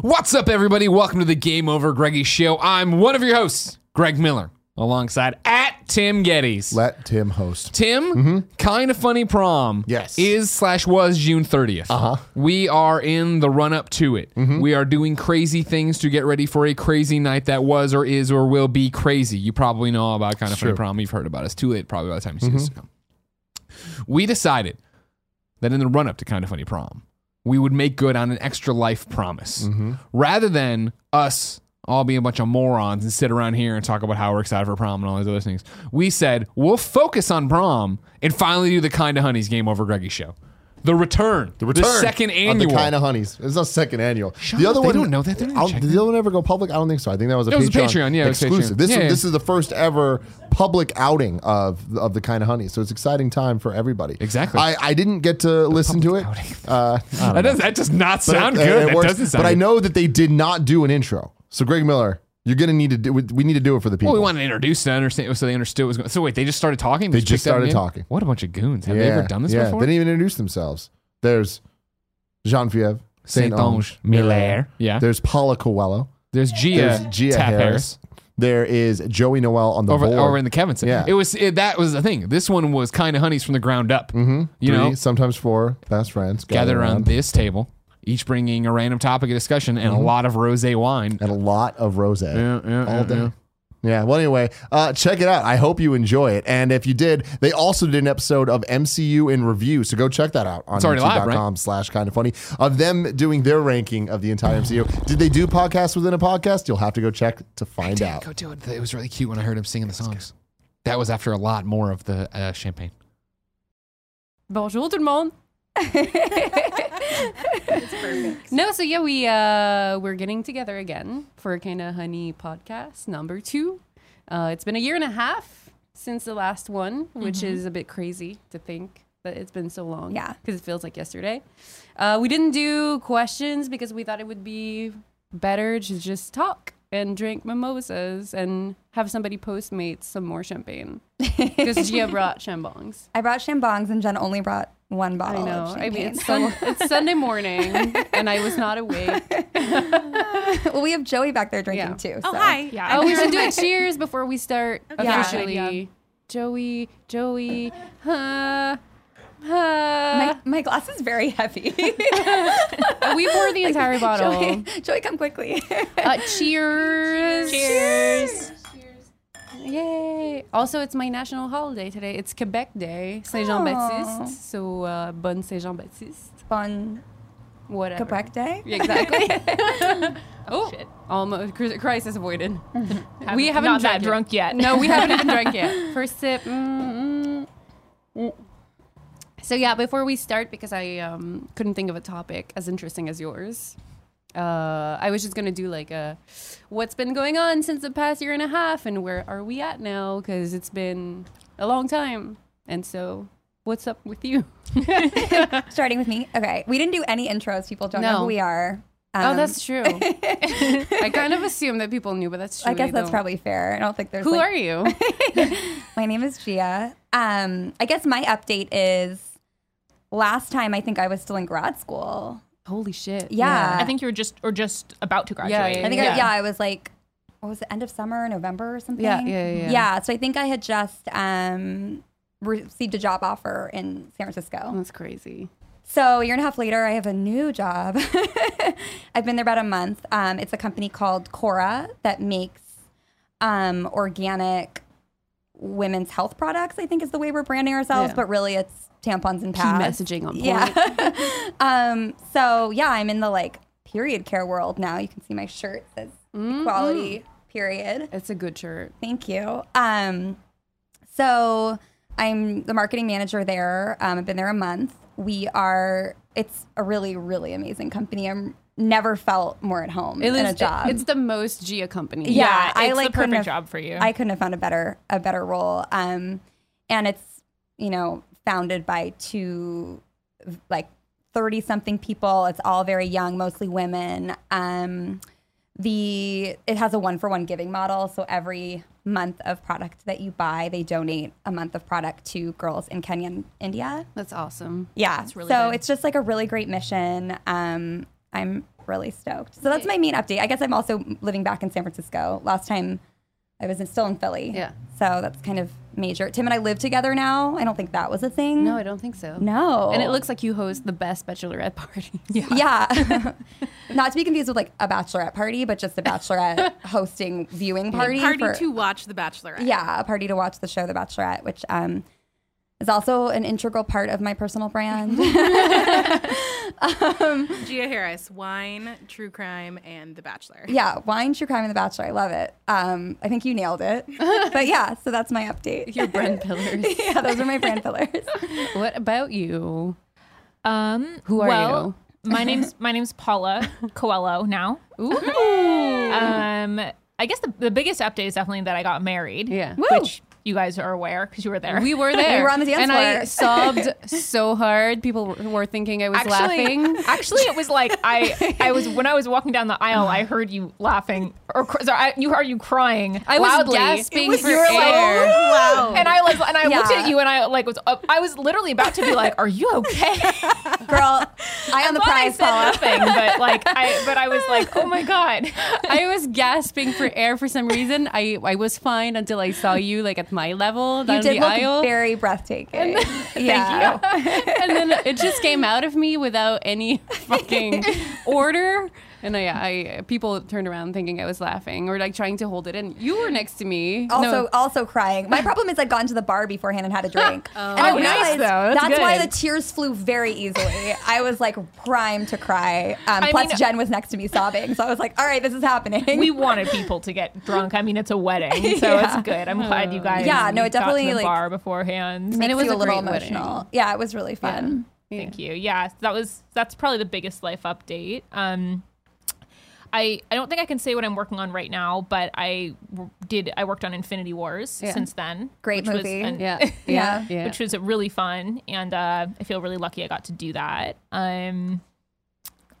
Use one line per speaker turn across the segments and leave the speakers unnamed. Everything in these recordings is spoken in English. What's up, everybody? Welcome to the Game Over Greggy Show. I'm one of your hosts, Greg Miller, alongside at Tim Geddes.
Let Tim host.
Tim, kind of funny prom.
Yes.
is slash was June thirtieth. Uh huh. We are in the run up to it. We are doing crazy things to get ready for a crazy night that was or is or will be crazy. You probably know all about kind of funny prom. You've heard about it. It's too late probably by the time you see this. We decided that in the run up to kind of funny prom, we would make good on an extra life promise
Mm-hmm.
rather than us all being a bunch of morons and sit around here and talk about how we're excited for prom and all these other things. We said we'll focus on prom and finally do the kind of honeys game over Greggy show. The return, the
Return
second
Of
annual.
the kind of honeys. It's not second annual.
Shut
the
up.
other
They
one.
don't know that. They don't
I'll-
check
Did the other one ever go public? I don't think so. I think that was a,
It
Patreon,
was a Patreon, yeah, it was
exclusive.
Patreon.
This
Yeah, yeah.
this is the first ever public outing of of the kind of honeys. So it's an exciting time for everybody.
Exactly.
I, I didn't get to listen to it.
outing.
Uh, I
that
don't know.
does that does not sound
It- it
good. that
works.
doesn't sound.
But I
good.
know that they did not do an intro. So Greg Miller, you're gonna need to do. We we need to do it for the people.
Well, we wanted to introduce to understand, so they understood what was going. So wait, they just started talking.
They just
picked up
started
names?
talking.
What a bunch of goons! Have they ever done this
yeah.
before?
They didn't even introduce themselves. There's Jean Fiev, Saint Ange
Miller. Yeah.
There's Paula Coelho.
There's Gia,
There's Gia
Tap
Harris.
Harris.
There is Joey Noel on the
over
board.
over in the Kevinson.
Yeah.
It was it, that was the thing. This one was kind of honeys from the ground up. Mm-hmm. You
Three,
know,
sometimes four best friends
gathered around this table, each bringing a random topic of discussion and a lot of rosé wine.
Mm-hmm. and a lot of rose.
Yeah, yeah,
all
yeah,
day.
yeah.
Yeah, well, anyway, uh, check it out. I hope you enjoy it. And if you did, they also did an episode of MCU in Review. So go check that out on
It's already live, right?
youtube.com slash kind of funny of them doing their ranking of the entire MCU. Did they do podcasts within a podcast? You'll have to go check to find out.
Go do it. It was really cute when I heard him singing the songs. That was after a lot more of the uh, champagne.
Bonjour tout le monde. No, so yeah, we uh, we're getting together again for a kind of honey podcast number two. Uh, it's been a year and a half since the last one, which is a bit crazy to think that it's been so long.
Yeah.
because it feels like yesterday. Uh, we didn't do questions because we thought it would be better to just talk and drink mimosas and have somebody postmate some more champagne because Gia brought chambongs.
I brought shambongs and Jen only brought one
I
bottle.
know.
Of
I mean,
champagne.
it's, sun- it's Sunday morning, and I was not awake.
well, we have Joey back there drinking
Yeah.
too.
Oh
so.
hi!
Oh, we should do a cheers before we start
Yeah.
officially. Joey, Joey, huh? huh. Uh,
My, my glass is very
we
heavy.
pour the entire bottle.
Joey, Joey, come quickly.
Uh, cheers!
Cheers.
Yay! Also, it's my national holiday today. It's Quebec Day, Saint Jean
Aw.
Baptiste. So, uh, bonne Saint Jean Baptiste.
Fun
Whatever.
Quebec Day.
Yeah, exactly. oh, almost cri- crisis avoided. we haven't
not that
drank
drunk yet.
No, we haven't even drank yet. First sip. mm, mm. So yeah, before we start, because I um, couldn't think of a topic as interesting as yours, uh, I was just gonna do like a what's been going on since the past year and a half, and where are we at now? Because it's been a long time, and so what's up with you?
Starting with me. Okay, we didn't do any intros. People don't know
No.
who we are.
oh,
Um,
that's true. I kind of assumed that people knew, but that's true.
I guess
they
that's
don't.
probably fair. I don't think there's.
Who
like-
are you?
My name is Gia. Um, I guess my update is last time I think I was still in grad school.
Holy shit.
Yeah.
I think you were just or just about to graduate.
yeah,
I think I, yeah, I was like, what was it, end of summer, November or something?
Yeah, yeah, yeah.
Yeah, so I think I had just um, received a job offer in San Francisco.
That's crazy.
So a year and a half later, I have a new job. I've been there about a month. Um, it's a company called Cora that makes um, organic women's health products, I think is the way we're branding ourselves,
Yeah.
but really it's tampons and pads.
messaging on point.
Yeah. um, so yeah, I'm in the like period care world now. You can see my shirt says quality period.
It's a good shirt.
Thank you. Um, so I'm the marketing manager there. Um, I've been there a month. We are. It's a really, really amazing company. I'm never felt more at home in a job.
It's the most Gia company.
yeah,
Yeah,
I
it's the
like couldn't
perfect
have-
job for you.
I couldn't have found a better a better role. Um, and it's you know founded by two like thirty something people. It's all very young, mostly women. Um, the it has a one for one giving model, so every month of product that you buy, they donate a month of product to girls in Kenya and India.
That's awesome.
Yeah,
That's really
so
good.
it's just like a really great mission. Um, I'm really stoked. So that's my main update. I guess I'm also living back in San Francisco. Last time I was in, still in Philly.
Yeah.
So that's kind of major. Tim and I live together now. I don't think that was a thing.
No, I don't think so.
No.
And it looks like you host the best bachelorette party. Yeah.
Yeah. Not to be confused with like a bachelorette party, but just a bachelorette hosting viewing party.
Party
for-
to watch The Bachelorette.
Yeah, a party to watch the show The Bachelorette, which um, is also an integral part of my personal brand.
Gia Harris, wine, true crime, and The Bachelor.
yeah, wine, true crime, and The Bachelor. I love it. Um, I think you nailed it. but yeah, so that's my update.
Your brand pillars.
yeah, those are my brand pillars.
What about you?
Um,
Who are
well, my name's my name's Paula Coelho now.
Ooh.
Um, I guess the, the biggest update is definitely that I got married.
Yeah. Woo!
which you guys are aware because you were there.
We were there.
We were on the dance
and I
floor.
sobbed so hard. People were- were thinking I was laughing.
Actually, it was like I, I was when I was walking down the aisle, I heard you laughing, or cr- sorry, I, you heard you crying.
I was
loudly.
gasping for
you were like,
air.
Wow.
and I like, and I looked
Yeah.
at you, and I like was, up, I was literally about to be like, "Are you okay?"
Girl, I on the
Thought I
prize,
said
Paula.
nothing, but like, I, but I was like, "Oh my god."
I was gasping for air for some reason. I, I was fine until I saw you like at my level down
You did
the
look
aisle.
very breathtaking. yeah.
Thank you.
and then it just came out of me without any fucking order. And I, I people turned around thinking I was laughing or like trying to hold it in. You were next to me.
Also,
No.
also crying. My problem is I'd gone to the bar beforehand and had a drink, and I
Oh, nice,
realized
though. That's
why the
good.
tears flew very easily. I was like primed to cry. Um,
I
plus,
mean-
Jen was next to me sobbing, so I was like, "All right, this is happening."
we wanted people to get drunk. I mean, it's a wedding, so it's good. I'm glad you guys.
Yeah, no, it
got to
definitely,
the
like-
bar beforehand.
Makes
it was
you
a
a little
great wedding.
emotional. Yeah, it was really fun.
Thank you. Yeah, that was that's probably the biggest life update. Um, I I don't think I can say what I'm working on right now, but I w- did I worked on Infinity Wars
Yeah.
since then.
Great
which was
movie.
an-
yeah,
uh, Yeah.
yeah, yeah.
Which was really fun, and uh, I feel really lucky I got to do that. Um,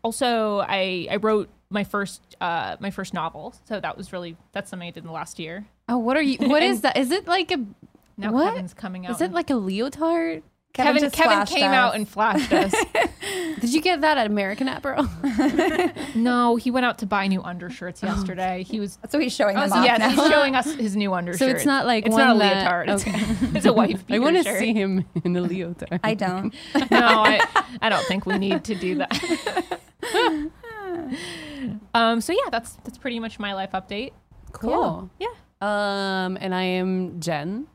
also, I I wrote my first uh, my first novel, so that was really that's something I did in the last year.
oh, what are you? What is that? Is it like a
Now
what?
Kevin's coming out.
Is it
in-
like a leotard?
Kevin? Kevin,
just flashed
came
us.
out and flashed us.
Did you get that at American Apparel?
no, he went out to buy new undershirts
Oh.
yesterday. He was
so he's showing them
so
off
yes,
now.
he's showing us his new undershirt.
So it's not like
it's
one
not a
that-
leotard. It's,
okay.
it's a wife.
I
beater
want to
shirt.
see him in a leotard.
I don't.
No, I, I don't think we need to do that. um. So yeah, that's that's pretty much my life update.
cool.
Yeah.
Um, and I am Jen,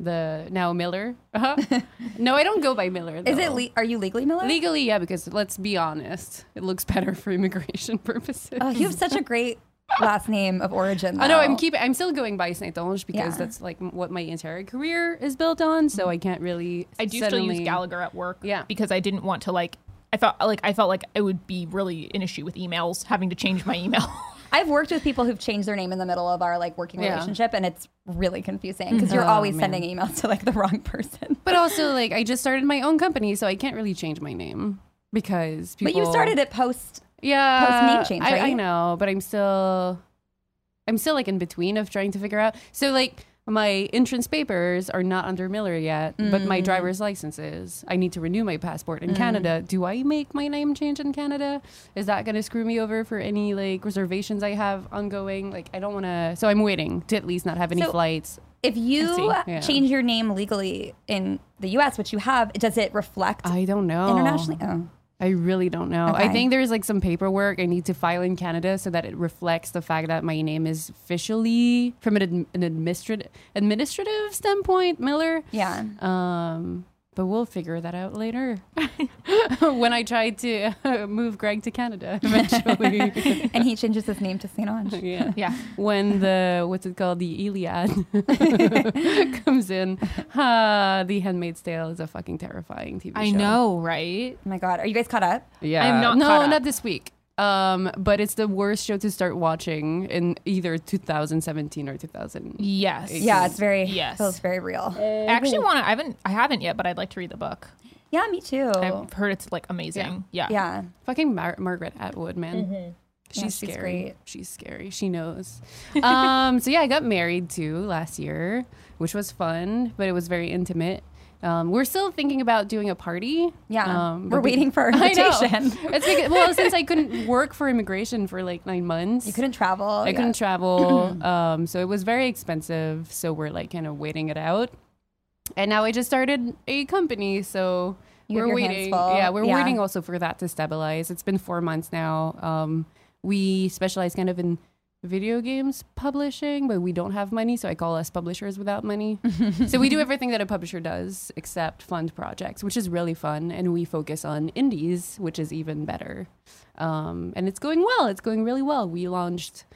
the now Miller. Uh-huh. no, I don't go by Miller.
Is it?
though.
Le- are you legally Miller?
Legally, yeah, because let's be honest, it looks better for immigration purposes.
oh, you have such a great last name of origin.
I know
though.
I'm keeping. I'm still going by Saint Ange because
Yeah.
that's like m- what my entire career is built on. So I can't really.
I do still
suddenly-
use Gallagher at work.
Yeah.
Because I didn't want to like. I thought like I felt like it would be really an issue with emails having to change my email.
I've worked with people who've changed their name in the middle of our like working
Yeah.
relationship, and it's really confusing because you're
Oh,
always
man.
sending emails to like the wrong person.
But also, like, I just started my own company, so I can't really change my name because people.
But you started it post.
yeah
post name change,
I, I
right?
know but i'm still i'm still like in between of trying to figure out so like my entrance papers are not under miller yet but my
Mm.
driver's licenses i need to renew my passport in canada do i make my name change in canada is that going to screw me over for any like reservations i have ongoing like i don't want to so i'm waiting to at least not have any
So-
flights
If you
I see,
yeah.
change your name legally in the U.S., which you have, does it reflect
i don't know
internationally? Oh.
I really don't know. I
Okay.
think there's like some paperwork I need to file in Canada so that it reflects the fact that my name is officially from an, adm- an administrative administrative standpoint, Miller.
Yeah.
Um, but we'll figure that out later when I try to uh, move Greg to Canada eventually.
and he changes his name to St. Ange.
yeah.
yeah.
When the what's it called the Iliad comes in, ah, The Handmaid's Tale is a fucking terrifying TV
I
show.
know, right?
Oh my God. Are you guys caught up?
Yeah.
I'm not
no,
caught up.
not this week. Um, but it's the worst show to start watching in either 2017 or 2000.
Yes.
Yeah, it's very,
Yes.
feels very real.
I actually want to. I haven't. I haven't yet, but I'd like to read the book.
Yeah, me too.
I've heard it's like amazing. Yeah.
yeah.
Fucking Mar- Margaret Atwood, man. She's
Yeah, she's
scary.
great.
She's scary. She knows. um, so yeah, I got married too last year, which was fun, but it was very intimate. Um, we're still thinking about doing a party.
Yeah.
Um,
We're
but we-
waiting for our
I know.
invitation.
It's because, well, since I couldn't work for immigration for like nine months,
You couldn't travel.
I couldn't travel. um, so it was very expensive. So we're like kind of waiting it out. And now I just started a company, so
You have
we're
your hands
waiting.
full.
Yeah, we're
Yeah.
waiting also for that to stabilize. It's been four months now. Um, we specialize kind of in video games publishing, but we don't have money, so I call us publishers without money. so we do everything that a publisher does except fund projects, which is really fun, and we focus on indies, which is even better. Um, and it's going well. It's going really well. We launched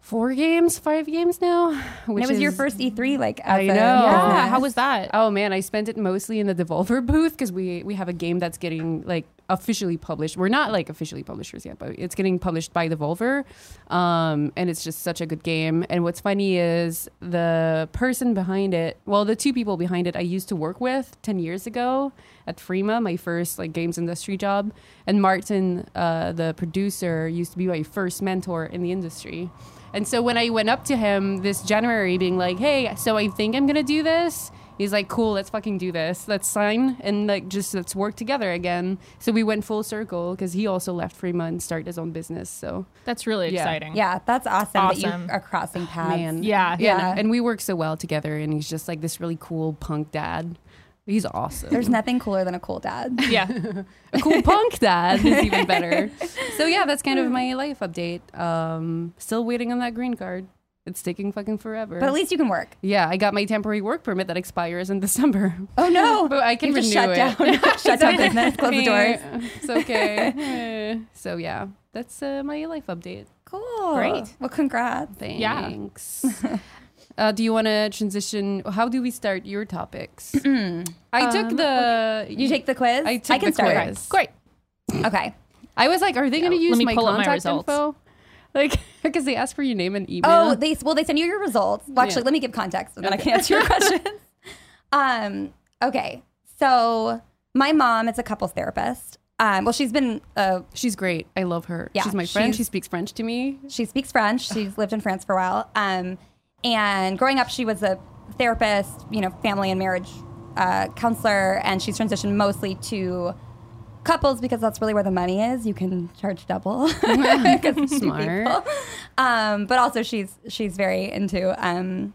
four games, five games now.
And
Which
it was your
is-
first E3, like
I
as
know.
A
Yeah.
Yeah.
How was that?
Oh man, I spent it mostly in the Devolver booth because we we have a game that's getting like officially published. We're not like officially publishers yet, but it's getting published by Devolver, um, and it's just such a good game. And what's funny is the person behind it, well, the two people behind it, I used to work with ten years ago at Frema, my first like games industry job, and Martin, uh, the producer, used to be my first mentor in the industry. And so when I went up to him this January, being like, "Hey, so I think I'm gonna do this," he's like, "Cool, let's fucking do this. Let's sign and like just let's work together again." So we went full circle because he also left Fremont and started his own business. So
That's really
Yeah.
exciting.
Yeah, that's awesome, that
Awesome.
you are crossing paths.
man,
Yeah.
Yeah.
and we work so well together. And he's just like this really cool punk dad. He's awesome.
There's nothing cooler than a cool dad.
Yeah.
A cool punk dad is even better. So yeah, that's kind of my life update. Um, still waiting on that green card. It's taking fucking forever.
But at least you can work.
Yeah, I got my temporary work permit that expires in December.
Oh no!
But I can
you have to
renew
shut
it.
down, shut down business, close the doors.
it's okay. Eh, so yeah, that's uh, my life update.
Cool.
Great.
Well, congrats.
Yeah.
Thanks. uh, do you want to transition? How do we start your topics? I took
Um,
the.
You take the quiz.
I took
can
the
start.
quiz.
Great.
Okay.
I was like, are they going to
Yeah,
use
let me
my
pull up my
contact
results.
info? Like, because they ask for your name and email.
Oh, they well they send you your results. Well, actually,
Yeah.
let me give context, and then I can answer your questions. um, okay. So my mom is a couples therapist. Um, well, she's been uh,
she's great. I love her.
Yeah,
she's my friend.
she's-
She speaks French to me.
She speaks French. She's lived in France for a while. Um, and growing up, she was a therapist, you know, family and marriage uh, counselor, and she's transitioned mostly to couples because that's really where the money is. You can charge double. 'Cause it's two
Smart.
people. Um, but also, she's she's very into. Um,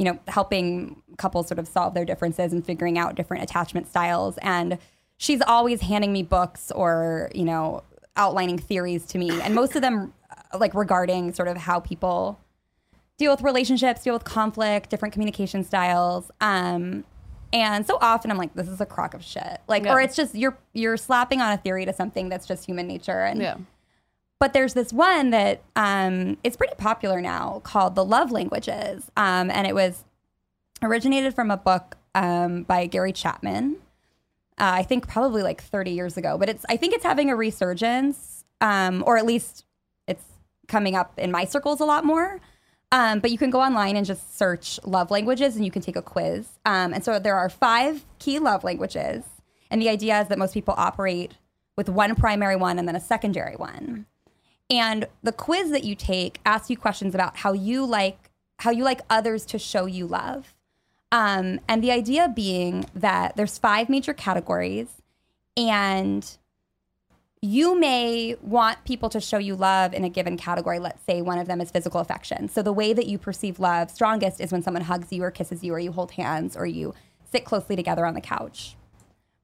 you know, helping couples sort of solve their differences and figuring out different attachment styles. And she's always handing me books or, you know, outlining theories to me. And most of them, uh, like, regarding sort of how people deal with relationships, deal with conflict, different communication styles. Um, and so often I'm like, this is a crock of shit. Like, or
Yeah.
it's just you're you're slapping on a theory to something that's just human nature. And
Yeah.
but there's this one that um, it's pretty popular now called The Love Languages. Um, and it was originated from a book um, by Gary Chapman, uh, I think probably like 30 years ago. But it's I think it's having a resurgence, um, or at least it's coming up in my circles a lot more. Um, but you can go online and just search love languages and you can take a quiz. Um, and so there are five key love languages. And the idea is that most people operate with one primary one and then a secondary one. And the quiz that you take asks you questions about how you like how you like others to show you love. Um, and the idea being that there's five major categories, and you may want people to show you love in a given category. Let's say one of them is physical affection. So the way that you perceive love strongest is when someone hugs you or kisses you or you hold hands or you sit closely together on the couch.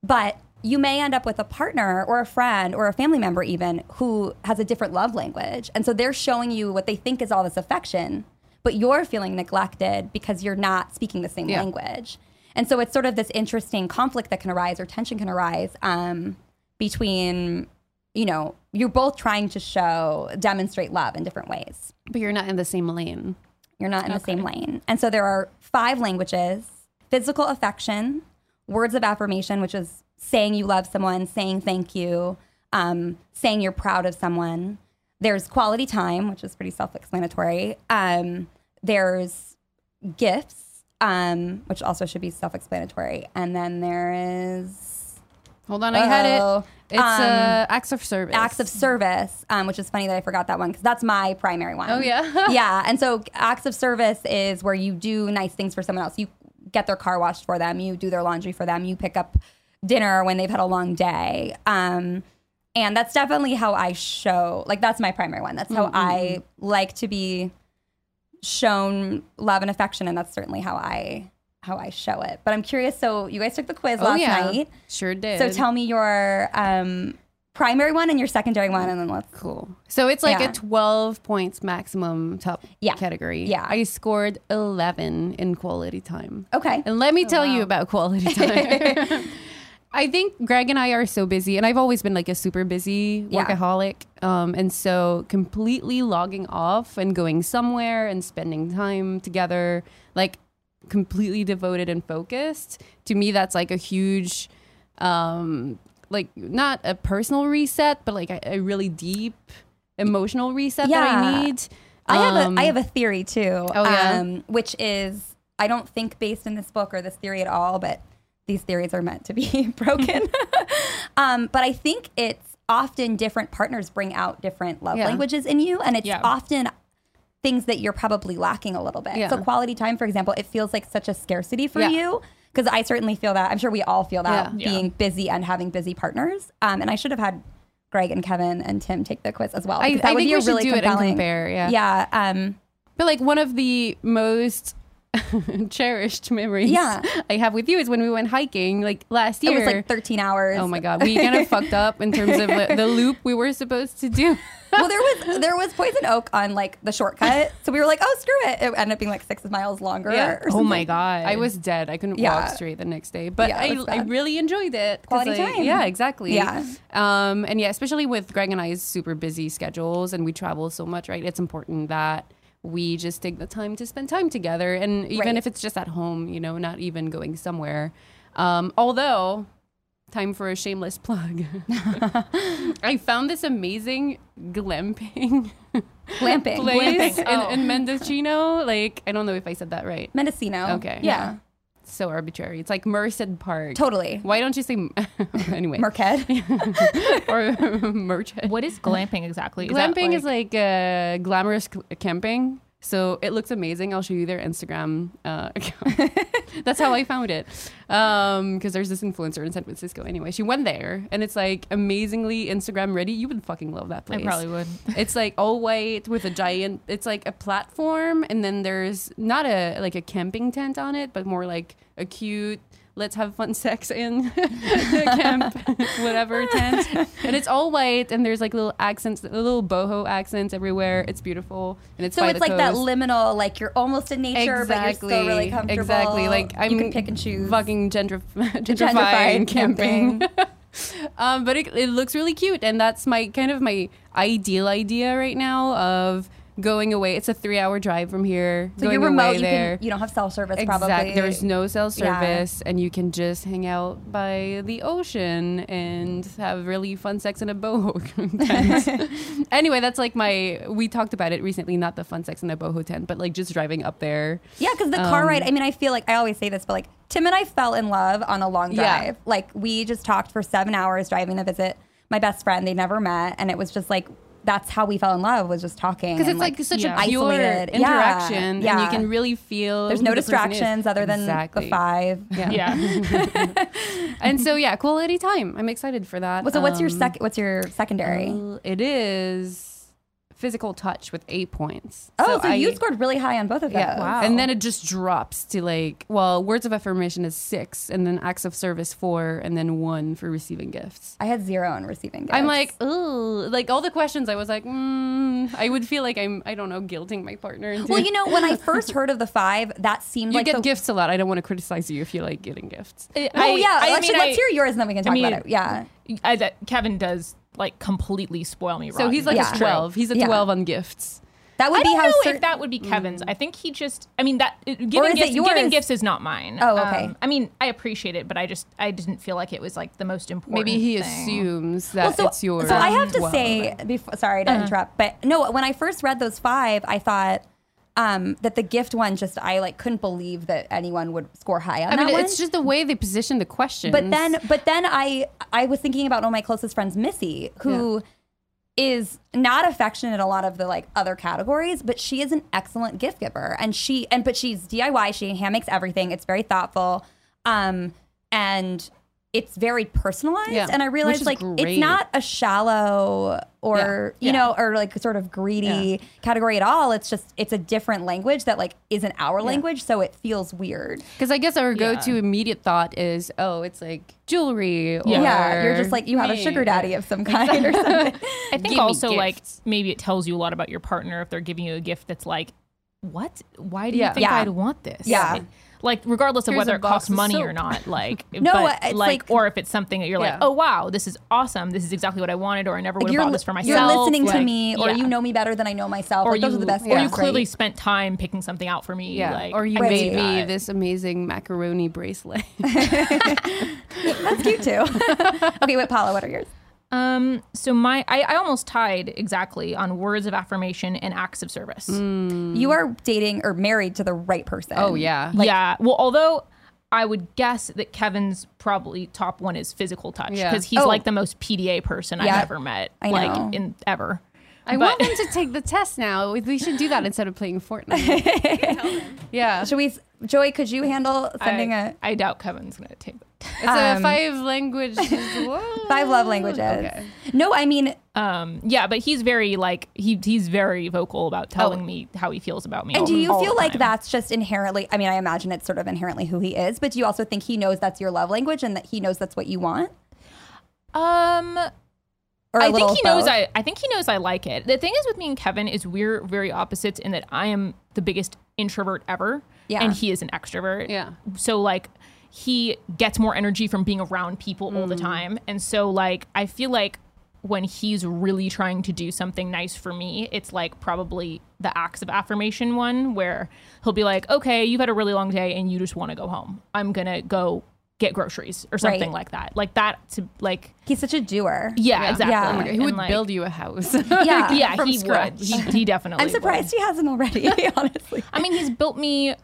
But you may end up with a partner or a friend or a family member even who has a different love language. And so they're showing you what they think is all this affection, but you're feeling neglected because you're not speaking the same
Yeah.
language. And so it's sort of this interesting conflict that can arise or tension can arise um, between, you know, you're both trying to show, demonstrate love in different ways.
But you're not in the same lane.
You're not in the same lane. And so there are five languages physical affection, words of affirmation, which is saying you love someone, saying thank you, um, saying you're proud of someone. There's quality time, which is pretty self explanatory. Um, there's gifts, um, which also should be self explanatory. And then there is
Hold on, I had
Uh-oh.
it. It's uh,
Um,
acts of service.
acts of service, um, which is funny that I forgot that one because that's my primary one.
Oh, yeah?
yeah. And so acts of service is where you do nice things for someone else. You get their car washed for them, you do their laundry for them, you pick up dinner when they've had a long day. Um, and that's definitely how I show, like, that's my primary one. That's how I
Mm-hmm.
like to be shown love and affection. And that's certainly how I. How I show it, but I'm curious. So you guys took the quiz last night.
Oh, Sure did.
So tell me your um, primary one and your secondary one, and then let's.
Cool. So it's like
Yeah.
a 12 points maximum top
Yeah.
category.
Yeah.
I scored 11 in quality time.
Okay.
And let me tell you about quality time. I think Greg and I are so busy, and I've always been like a super busy
Yeah.
workaholic. Um, and so completely logging off and going somewhere and spending time together, like completely devoted and focused, to me, that's like a huge, um, like not a personal reset, but like a, a really deep emotional reset that
Yeah.
I need.
I have
Um,
a I have a theory too. um,
Oh, yeah?
which is I don't think based in this book or this theory at all, but these theories are meant to be broken. um, but I think it's often different partners bring out different love
Yeah.
languages in you, and it's
Yeah.
often things that you're probably lacking a little bit.
Yeah.
So quality time, for example, it feels like such a scarcity for
Yeah.
you. Because I certainly feel that. I'm sure we all feel that
Yeah. Yeah.
being busy and having busy partners. Um, and I should have had Greg and Kevin and Tim take the quiz as well.
I-
because that
I
would
think
be a
we should
really
do it and
compelling-
compare, yeah.
yeah. Um,
But like one of the most cherished memories
Yeah.
I have with you is when we went hiking like last
it
year.
was like 13 hours.
oh my god, we kind of fucked up in terms of the, the loop we were supposed to do.
well, there was there was poison oak on like the shortcut, so we were like, oh screw it. It ended up being like six miles longer.
Yeah.
or
Oh my
something.
god!
I was dead. I couldn't
Yeah.
walk straight the next day, but
Yeah, it was
I, I
bad.
really enjoyed it. 'cause
Quality
I-
time.
Yeah, exactly.
Yeah.
Um, and yeah, especially with Greg and I's super busy schedules and we travel so much, right? It's important that we just take the time to spend time together. And even
Right.
if it's just at home, you know, not even going somewhere. Um, although, time for a shameless plug. I found this amazing glamping
Glamping.
place in,
Oh.
in Mendocino. Like, I don't know if I said that right.
Mendocino.
Okay.
Yeah.
So arbitrary. It's like Merced Park.
Totally.
Why don't you say anyway?
Marquette.
or Merced.
What is glamping exactly?
Glamping is like uh, glamorous cl- camping. So it looks amazing. I'll show you their Instagram uh, account. That's how I found it. Because there's this influencer in San Francisco. Anyway, she went there and it's like amazingly Instagram ready. You would fucking love that
I
place.
probably would.
It's like all white with a giant. It's like a platform, and then there's not a like a camping tent on it, but more like a cute. Let's have fun sex in camp, whatever tent. And it's all white, and there's like little accents, little boho accents everywhere. It's beautiful, and it's
So
by
it's
the
like that
coast.
liminal, like you're almost in nature, but you're still really comfortable.
Exactly. Like I'm
you can pick and choose.
Fucking gentrif- gentrifying
Gentrified
camping. um, but it, it looks really cute, and that's my kind of my ideal idea right now of going away. It's a three-hour drive from here.
So
going
you're remote.
away
You,
there.
can, you don't have cell service
Exact-
probably.
There's no cell
Yeah.
service, and you can just hang out by the ocean and have really fun sex in a boho tent. anyway, that's like my. We talked about it recently, not the fun sex in a boho tent, but like just driving up there.
Yeah, because the car ride. I
Um,
mean, I feel like I always say this, but like Tim and I fell in love on a long
Yeah.
drive. Like we just talked for seven hours driving to visit my best friend they never met, and it was just like that's how we fell in love was just talking.
because
and,
it's like, such
yeah.
a pure
isolated. Yeah,
interaction and
yeah.
you can really feel
there's
who
no
the person is.
distractions other than
exactly.
the five.
yeah,
yeah.
and so yeah quality time i'm excited for that
Well, so what's your
Um,
sec? What's your secondary?
well, it is physical touch with eight points
oh, so,
I-
you scored really high on both of them.
yeah and then it just drops to like well words of affirmation is six and then acts of service four and then one for receiving gifts
I had zero on receiving. Gifts.
I'm like, ooh, like all the questions. I was like, mm, I would feel like I'm, I don't know, guilting my partner. Into
well, you know, when I first heard of the five, that seemed
You
like
get
the,
gifts a lot. I don't want to criticize you if you like getting gifts.
Oh yeah, actually,
mean,
let's hear yours, and then we can talk
mean-
about it. Yeah.
I, that Kevin does like completely spoil me.
So
rotten.
he's like
Yeah.
a 12. He's a
Yeah.
12 on gifts.
That would
I
be
don't
how
know
cer- Mm.
if that would be Kevin's. I think he just. I mean that it-
Or is
giving
it
gifts,
yours?
giving gifts is not mine. Um,
Oh, okay.
I mean, I appreciate it, but I just I didn't feel like it was like the most important.
Maybe he
thing.
assumes that
Well, so,
it's yours. Uh-huh.
So I have to
Well,
say, before, sorry to interrupt, but no, when I first read those five, I thought um, that the gift one just I like couldn't believe that anyone would score high on
I
that
mean,
one.
it's just the way they position the question.
but then, but then I I was thinking about one of my closest friends, Missy, who is not affectionate in a lot of the like other categories, but she is an excellent gift giver. And she and but she's DIY, she hand makes everything. It's very thoughtful. Um and it's very personalized.
Yeah.
And I
Which
realized
is
like
great.
it's not a shallow or
Yeah.
you
Yeah.
know, or like sort of greedy category at all. It's just it's a different language that like isn't our language, so it feels weird.
Because I guess our
Yeah.
go to immediate thought is, oh, it's like jewelry. Or
Yeah.
yeah. You're just like you have a
me,
sugar
or-
daddy of some kind or something.
I think
Give me
also like
gifts.
maybe it tells you a lot about your partner if they're giving you a gift that's like, what? Why do
Yeah.
you think
Yeah.
I'd want this?
Yeah.
Like regardless of
Here's
whether
a
it
box
costs
of
money
soap.
or not, like
No,
but,
it's
like,
like-
or if it's something that you're
Yeah.
like, oh wow, this is awesome, this is exactly what I wanted, or I never would have
you're,
bought this for
li-
myself.
you're listening to
like,
me, or
yeah.
you know me better than I know myself.
or
like,
you,
those are the best.
or you
gifts,
clearly
right?
spent time picking something out for me.
Yeah.
like,
or you
I can
made me
see that.
this amazing macaroni bracelet.
That's cute too. okay, wait, Paula, what are yours?
Um, so my I, I almost tied exactly on words of affirmation and acts of service.
You are dating or married to the right person.
oh, yeah.
Mm. yeah. Well, although I would guess that Kevin's probably top one is physical touch
Yeah.
because he's
Oh.
like the most PDA person
Yeah.
I've ever met,
I
like
know.
in ever.
I want them to take the test now. We- We should do that instead of playing Fortnite. yeah.
Should we, Joy? Could you handle sending a
I, I doubt Kevin's gonna take. It.
It's a
Um,
five language.
five love languages? No, I mean,
Um, yeah, but he's very like he he's very vocal about telling me how he feels about me.
Oh. and
all-
do you
Oh, all
feel
the
like
time.
that's just inherently? I mean, I imagine it's sort of inherently who he is, but do you also think he knows that's your love language and that he knows that's what you want?
Um,
Or a
I think
little
he
of
knows.
both?
I I think he knows I like it. The thing is with me and Kevin is we're very opposites in that I am the biggest introvert ever,
Yeah.
and he is an extrovert.
Yeah.
so like he gets more energy from being around people all
Mm.
the time and so like i feel like when he's really trying to do something nice for me it's like probably the acts of affirmation one where he'll be like okay you've had a really long day and you just want to go home i'm gonna go get groceries or something
Right.
like that like that to like
He's such a doer.
yeah,
Yeah.
exactly
Yeah. Oh my
Who
And,
would
like-
build you a house?
Yeah.
yeah
from
he
scratch?
would he, he definitely
I'm surprised he hasn't already. Honestly,
would. i mean he's built me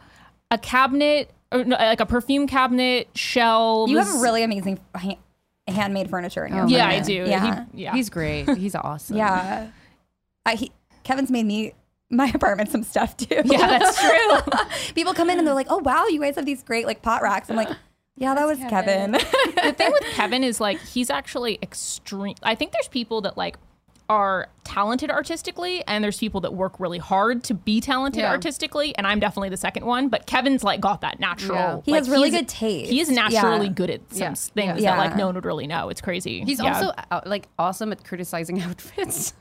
a cabinet or no, like a perfume cabinet shelves
you have really amazing ha- handmade furniture
Oh,
in your.
yeah i
apartment.
do
Yeah.
He- yeah
He's great. He's awesome.
Yeah. I, he, Kevin's made me my apartment some stuff too.
Yeah, that's true.
People come in and they're like, "Oh wow, you guys have these great like pot racks." I'm like, "Yeah, that was Kevin."
the thing with Kevin is like he's actually extreme. I think there's people that like are talented artistically, and there's people that work really hard to be talented
Yeah.
artistically. And I'm definitely the second one, but Kevin's like got that natural.
Yeah.
He
like,
has really
he's-
good taste.
He is
Yeah.
naturally good at some
Yeah.
s- things
Yeah.
that like
Yeah.
no one would really know. It's crazy.
He's
Yeah.
also out, like awesome at criticizing outfits.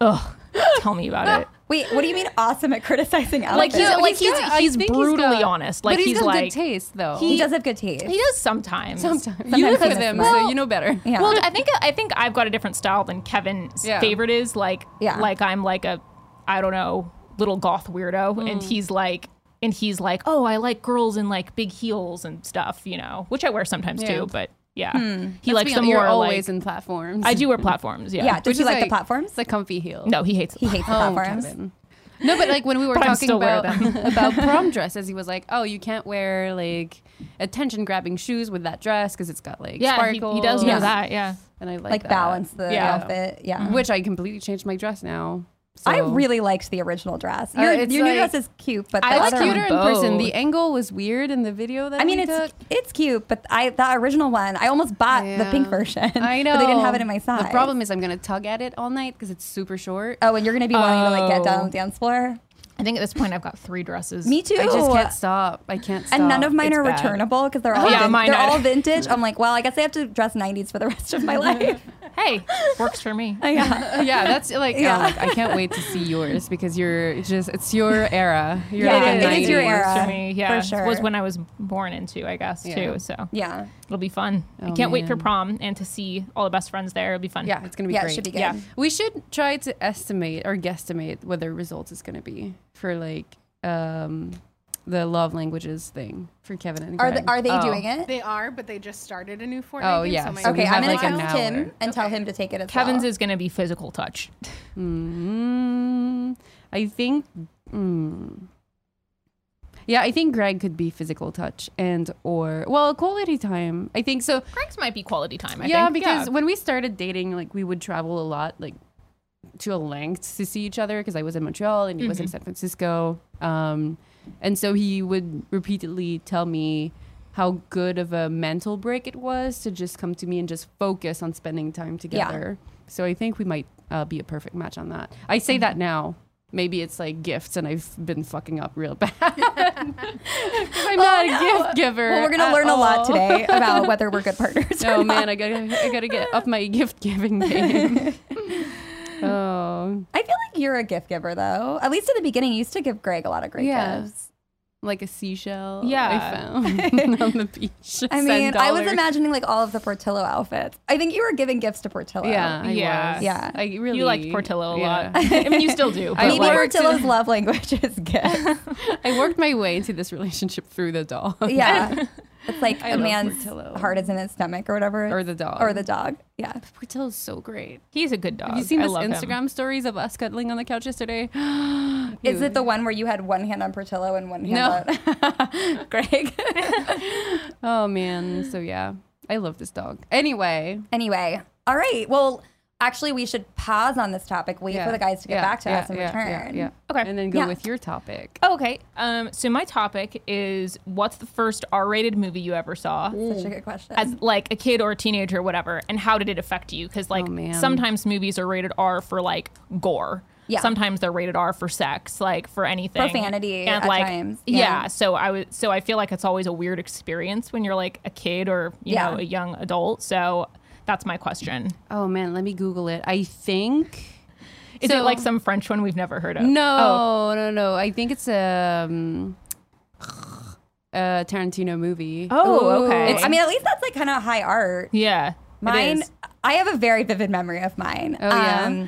Ugh, tell me about it.
Wait, what do you mean awesome at criticizing
Like
outfits?
he's
Yeah,
like
he's
he's,
got- I
he's
think he's
brutally
got-
honest. Like
but he's
he's
got
like
good taste, though.
he, does have good taste.
he does sometimes.
sometimes. you
Sometimes
live
he
with
does
him,
not.
so you know better.
yeah.
Well, I think I think I've got a different style than Kevin's
Yeah.
favorite is. Like,
Yeah.
like I'm like a, I don't know, little goth weirdo, and
Mm.
he's like, and he's like, oh, I like girls in like big heels and stuff, you know, which I wear sometimes
Yeah.
too. But yeah,
Hmm.
he likes
Be
the
honest,
more
You're always
like,
in platforms.
I do wear platforms. Yeah,
yeah, does
Which
he
is
like, the platforms?
It's a comfy heel.
No, he hates.
he hates the
Oh,
platforms.
Kevin. No, but like when we were
But I'm
talking
still wear
about about prom dresses, he was like, "Oh, you can't wear like attention grabbing shoes with that dress because it's got like
yeah, he,
sparkles."
he does know
Yeah.
that. Yeah,
and I like,
Like
that.
balance the
Yeah.
outfit. Yeah.
which I completely changed my dress now. So.
I really liked the original dress.
Uh,
Your,
it's
your new
like-
dress is cute, but the
I was
other
cuter
one-
in person.
both.
The angle was weird in the video that
I mean,
we took.
it's it's cute, but I the original one, I almost bought the
Yeah.
pink version.
I know
but they didn't have it in my size.
The problem is I'm gonna tug at it all night because it's super short.
Oh, and you're gonna be wanting to like get down
Oh.
on the dance floor.
I think at this point I've got three dresses.
Me too.
I just can't stop. I can't stop.
and none of mine
It's
are
bad.
returnable because they're all
Yeah,
vin-
mine
they're
are.
all vintage. I'm like, well, I guess I have to dress 90s for the rest of my life.
Hey, works for me.
yeah.
yeah, that's like, oh,
Yeah.
like, I can't wait to see yours because you're just it's your era. You're
Yeah,
like
it
a
is. It is your
90s.
era.
Um, Works for me.
for
Yeah,
sure.
was when I was born into, I guess,
Yeah.
too. So
Yeah.
It'll be fun. I
Oh,
can't wait for
man.
prom and to see all the best friends there. It'll be fun.
Yeah, it's gonna be
Yeah, it
great.
should be good.
Yeah.
We should try to estimate or guesstimate what the results is gonna be for like um the love languages thing for Kevin and
Are,
Greg.
the, are they
Oh.
doing it?
They are, but they just started a new Fortnite.
Oh,
game,
yeah,
So my
so we
okay, I'm
have,
gonna
like, an
text him
hour.
and tell him to take it as
Kevin's
well.
is going to be physical touch.
Mm, I think. Mm, yeah, I think Greg could be physical touch and or well quality time. I think so.
Craig's might be quality time. I
yeah,
think.
because when we started dating, like we would travel a lot, like to a length to see each other because I was in Montreal and he
Mm-hmm.
was in San Francisco. Um, and so he would repeatedly tell me how good of a mental break it was to just come to me and just focus on spending time together. So I think we might uh, be a perfect match on that. I
Mm-hmm.
say that now. Maybe it's like gifts, and I've been fucking up real bad. 'Cause I'm not a gift giver.
Well, we're
at
gonna learn a lot
all.
today about whether we're good partners. or
Oh
not.
man, I gotta I gotta get up my gift giving game. oh,
I feel like you're a gift giver though. At least in the beginning, you used to give Greg a lot of great
Yeah.
gifts.
like a seashell.
Yeah.
I found on the beach.
I mean, I was
$10.
imagining like all of the Portillo outfits. I think you were giving gifts to Portillo.
Yeah, I
Yeah.
was.
Yeah.
I really
you liked Portillo a
yeah.
lot. I mean, you still do.
I
But
Maybe
like-
like,
worked in-
Portillo's love language is gifts.
I worked my way into this relationship through the dog.
Yeah. It's like a
Oh, love
man's
Portillo.
heart is in his stomach or whatever.
Or the dog.
Or the dog. Yeah.
Portillo's so great.
he's a good dog.
Have you seen
I
this
love him.
Instagram stories of us cuddling on the couch yesterday?
Is it the one where you had one hand on Portillo and one hand
No.
on Greg?
Oh man. So yeah. I love this dog. Anyway,
anyway, all right. Well, actually, we should pause on this topic, wait
yeah.
for the guys to get
Yeah,
back to
yeah,
us and
yeah,
return.
Yeah, yeah.
Okay.
And then go
Yeah.
with your topic.
Oh, okay. Um, so my topic is what's the first R-rated movie you ever saw?
Such a good question.
as like a kid or a teenager or whatever and how did it affect you because like
Oh, man.
sometimes movies are rated r for like gore
Yeah.
sometimes they're rated r for sex like for anything
Profanity at times.
yeah.
Yeah.
so i was so i feel like it's always a weird experience when you're like a kid or you
Yeah.
know a young adult so that's my question
Oh man, let me Google it. I think
is it
So-
like some french one we've never heard of
no, no, no. I think it's a, um, a Tarantino movie.
oh
Ooh.
okay
I mean, at least that's like kind of high art.
yeah
Mine,
is.
I have a very vivid memory of mine. Um,
Oh, yeah?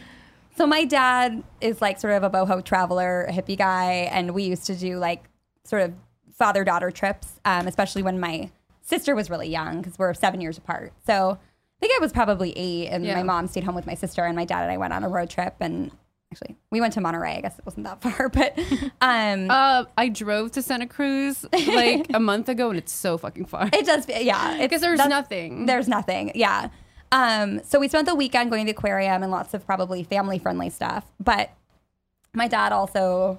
so my dad is like sort of a boho traveler, a hippie guy, and we used to do like sort of father daughter trips, um, especially when my sister was really young because we're seven years apart. So I think I was probably eight, and
Yeah.
my mom stayed home with my sister, and my dad and I went on a road trip. And actually, we went to Monterey. I guess it wasn't that far, but um,
Uh, I drove to Santa Cruz like a month ago, and it's so fucking far.
it does. Yeah, it's-
Because there's
that's-
nothing.
Mm-hmm. There's nothing. Yeah. Um, so we spent the weekend going to the aquarium and lots of probably family friendly stuff. But my dad also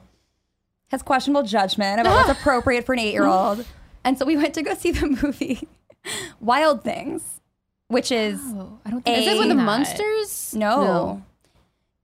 has questionable judgment about what's appropriate for an eight year old. And so we went to go see the movie Wild Things, which is
oh, i don't
think Is
Is
it
it
with
with
the
the
Not.
monsters?
no.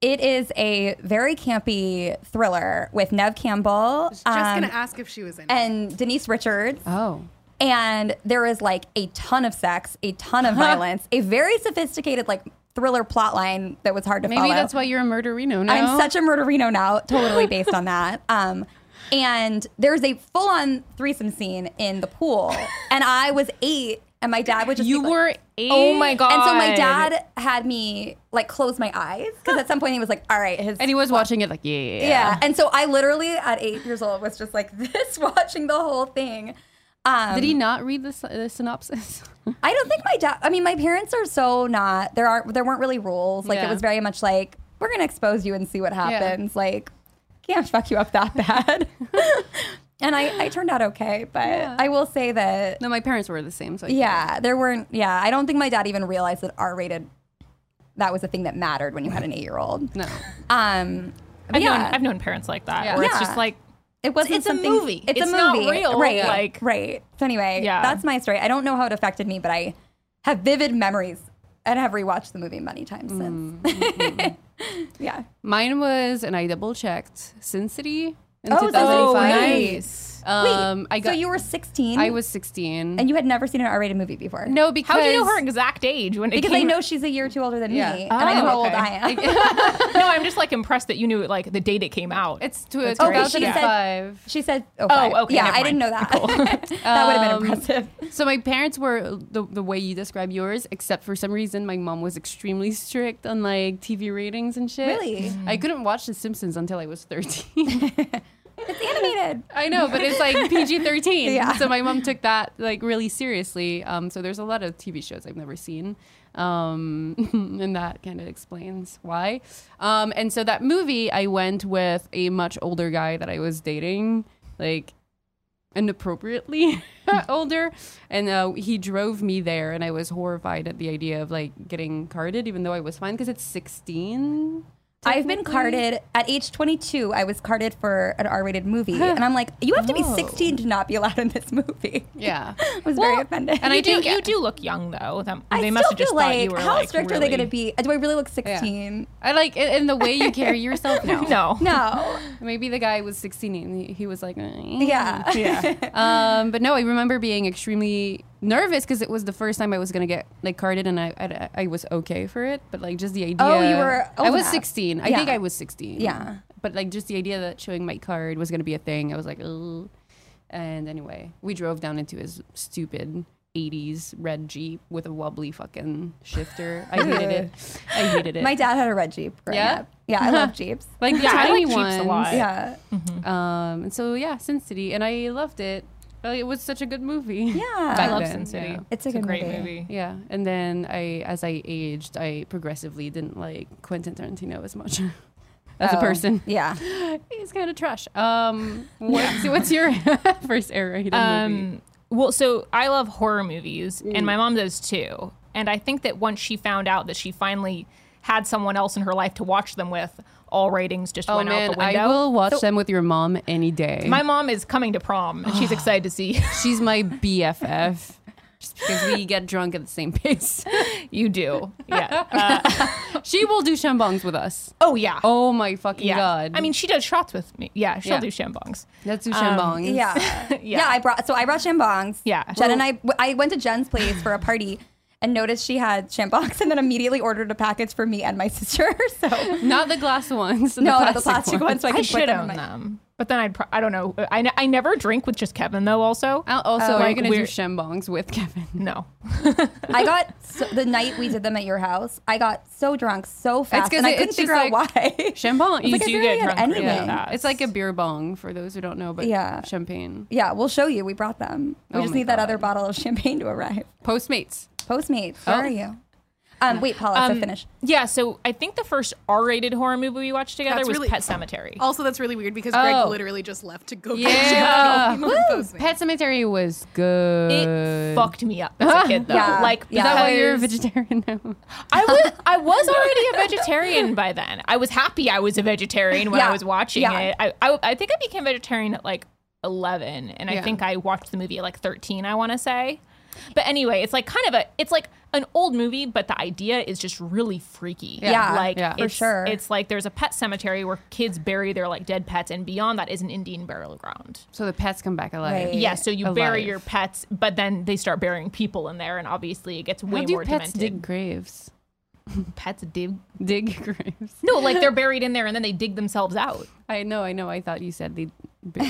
It is a very campy thriller with Nev Campbell
Just
um,
gonna ask if she was in. it.
and Denise Richards.
Oh.
and there is like a ton of sex, a ton of violence, a very sophisticated like thriller plot line that was hard to
Maybe
follow.
that's why you're a murderino now.
I'm such a murderino now, totally based on that. Um, and there's a full on threesome scene in the pool, and I was eight, and my dad would just
you
be like-
were eight
Oh my god! And so my dad had me like close my eyes because at some point he was like, "All right," his
And he was watching it like, yeah.
yeah. And so I literally at eight years old was just like this, watching the whole thing. Um,
Did he not read the, sy- the synopsis?
I don't think my dad. I mean, my parents are so not. There aren't. There weren't really rules. Like
Yeah.
it was very much like we're gonna expose you and see what happens. Like can't fuck you up that bad. and I, I turned out okay, but I will say that
no, my parents were the same. So I-
yeah, there weren't. Yeah, I don't think my dad even realized that R rated. That was a thing that mattered when you had an eight year old.
No.
Um, but
I've,
yeah,
known, I've known parents like that
Yeah.
where it's
Yeah.
just like
it wasn't
it's a
something.
movie.
It's,
It's
a
not
movie,
real,
right?
like-
right. So anyway,
Yeah.
that's my story. I don't know how it affected me, but I have vivid memories and have rewatched the movie many times
Mm,
since. yeah.
Mine was, and I double checked, Sin City in
Oh, Sin City.
2005.
nice
Um, I got,
so you were 16.
I was 16.
and you had never seen an R-rated movie before.
no, because
How do you know her exact age when it
because
came
I know she's a year or two older than
Yeah.
me, and I know how
Oh,
old
okay.
I am.
No, I'm just like impressed that you knew like the date it came out.
It's to a
Oh, but she
2005.
she said, "Oh, five.
okay,
yeah,
never
I didn't
mind. Um,
know that. that would have been impressive."
So my parents were the, the way you describe yours, except for some reason my mom was extremely strict on like TV ratings and shit.
Really?
I couldn't watch The Simpsons until I was 13.
Animated.
I know, but it's like PG 13.
Yeah.
So my mom took that like really seriously. Um, so there's a lot of TV shows I've never seen. Um, and that kind of explains why. Um, and so that movie, I went with a much older guy that I was dating, like inappropriately older. And uh, he drove me there, and I was horrified at the idea of like getting carded, even though I was fine because it's 16.
I've been carded at age 22. I was carded for an R-rated movie, and I'm like, you have to
Oh.
be 16 to not be allowed in this movie.
Yeah.
I was very offended.
And
I
I do.
think-
you do look young though. That,
I
they must
still
have just
feel
thought
like,
you were
how
like,
strict
really,
are they going to be? Do I really look 16?
I like it in the way you carry yourself now.
No.
No.
Maybe the guy was 16 and he- he was like, "Eh."
Yeah.
Um, but no, I remember being extremely nervous because it was the first time I was gonna get like carded, and I, I I was okay for it. But like just the idea.
Oh, you were
I
old
was
enough.
16. I
Yeah.
think I was 16.
Yeah.
But like just the idea that showing my card was gonna be a thing, I was like, oh. And anyway, we drove down into his stupid. 80s red Jeep with a wobbly fucking shifter. I hated it. I hated it.
My dad had a red Jeep growing
Yeah?
up. Yeah, I love Jeeps.
like the
Yeah, I
tiny
like Jeeps a
ones.
lot.
Yeah.
Um, and so yeah, Sin City, and I loved it. Uh, It was such a good movie.
Yeah.
I
back
love
then,
Sin City.
yeah.
It's a good
great
movie.
movie.
Yeah, and then I, as I aged, I progressively didn't like Quentin Tarantino as much as a
Oh,
person.
Yeah.
He's kind of trash. Um, what's, what's your first era rated movie?
Um, well, so I love horror movies, and my mom does too. And I think that once she found out that she finally had someone else in her life to watch them with, all ratings just
Oh
went out
man,
the window.
I will watch
So
them with your mom any day.
My mom is coming to prom, and she's excited to see
She's my BFF. Just because we get drunk at the same pace.
you do. Yeah. Uh,
she will do shambongs with us.
oh yeah.
Oh my fucking
yeah.
god.
I mean, she does shots with me. Yeah, she'll
Yeah.
do shambongs.
let's do shambongs.
Yeah. yeah. I brought so I brought shambongs.
Yeah.
Jen and I w- I went to Jen's place for a party and noticed she had shambongs and then immediately ordered a package for me and my sister. So
Not the glass ones.
no, not the plastic one, so I,
I
could put them
should
in
own
my-
them, but then I'd. Pro- I don't know. I, ne- I never drink with just Kevin though. Also,
Oh.
I'll- Also, are you
Like,
going to do
we're-
shambongs with Kevin?
no.
I got so, the night we did them at your house. I got so drunk so fast,
'cause
and I
it-
couldn't
it's just
figure
like-
out why.
Shambong.
You
like, I
do
barely
get
had
drunk really
anything.
fast.
It's like a beer bong for those who don't know, but
Yeah.
champagne.
yeah, we'll show you. We brought them. We
Oh
just
my
need that
God.
other bottle of champagne to arrive.
Postmates.
Postmates, where
Oh.
are you? Um, wait, Paula,
Um,
to finish.
Yeah, so I think the first R-rated horror movie we watched together
That's
was
really-
Pet Cemetery.
Oh.
Also, that's really weird because Greg
Oh.
literally just left to go.
Yeah.
Get Woo!
Pet Cemetery was good.
It fucked me up as a kid, though.
Yeah,
Like,
yeah.
Is that why you're a
because
vegetarian now?
I was I was already a vegetarian by then. I was happy I was a vegetarian when
Yeah,
I was watching
yeah.
it. I, I I think I became vegetarian at like eleven, and
Yeah.
I think I watched the movie at like thirteen. I want to say, but anyway, it's like kind of a it's like an old movie, but the idea is just really freaky.
Yeah,
like
yeah. For
it's-
sure.
It's like there's a pet cemetery where kids bury their like dead pets, and beyond that is an Indian burial ground.
So the pets come back alive.
Right.
Yeah, so you
alive.
bury your pets, but then they start burying people in there, and obviously it gets way
How do
more
pets dig
demented.
graves?
Pets dig?
Dig graves.
No, like they're buried in there, and then they dig themselves out.
I know, I know. I thought you said they bu-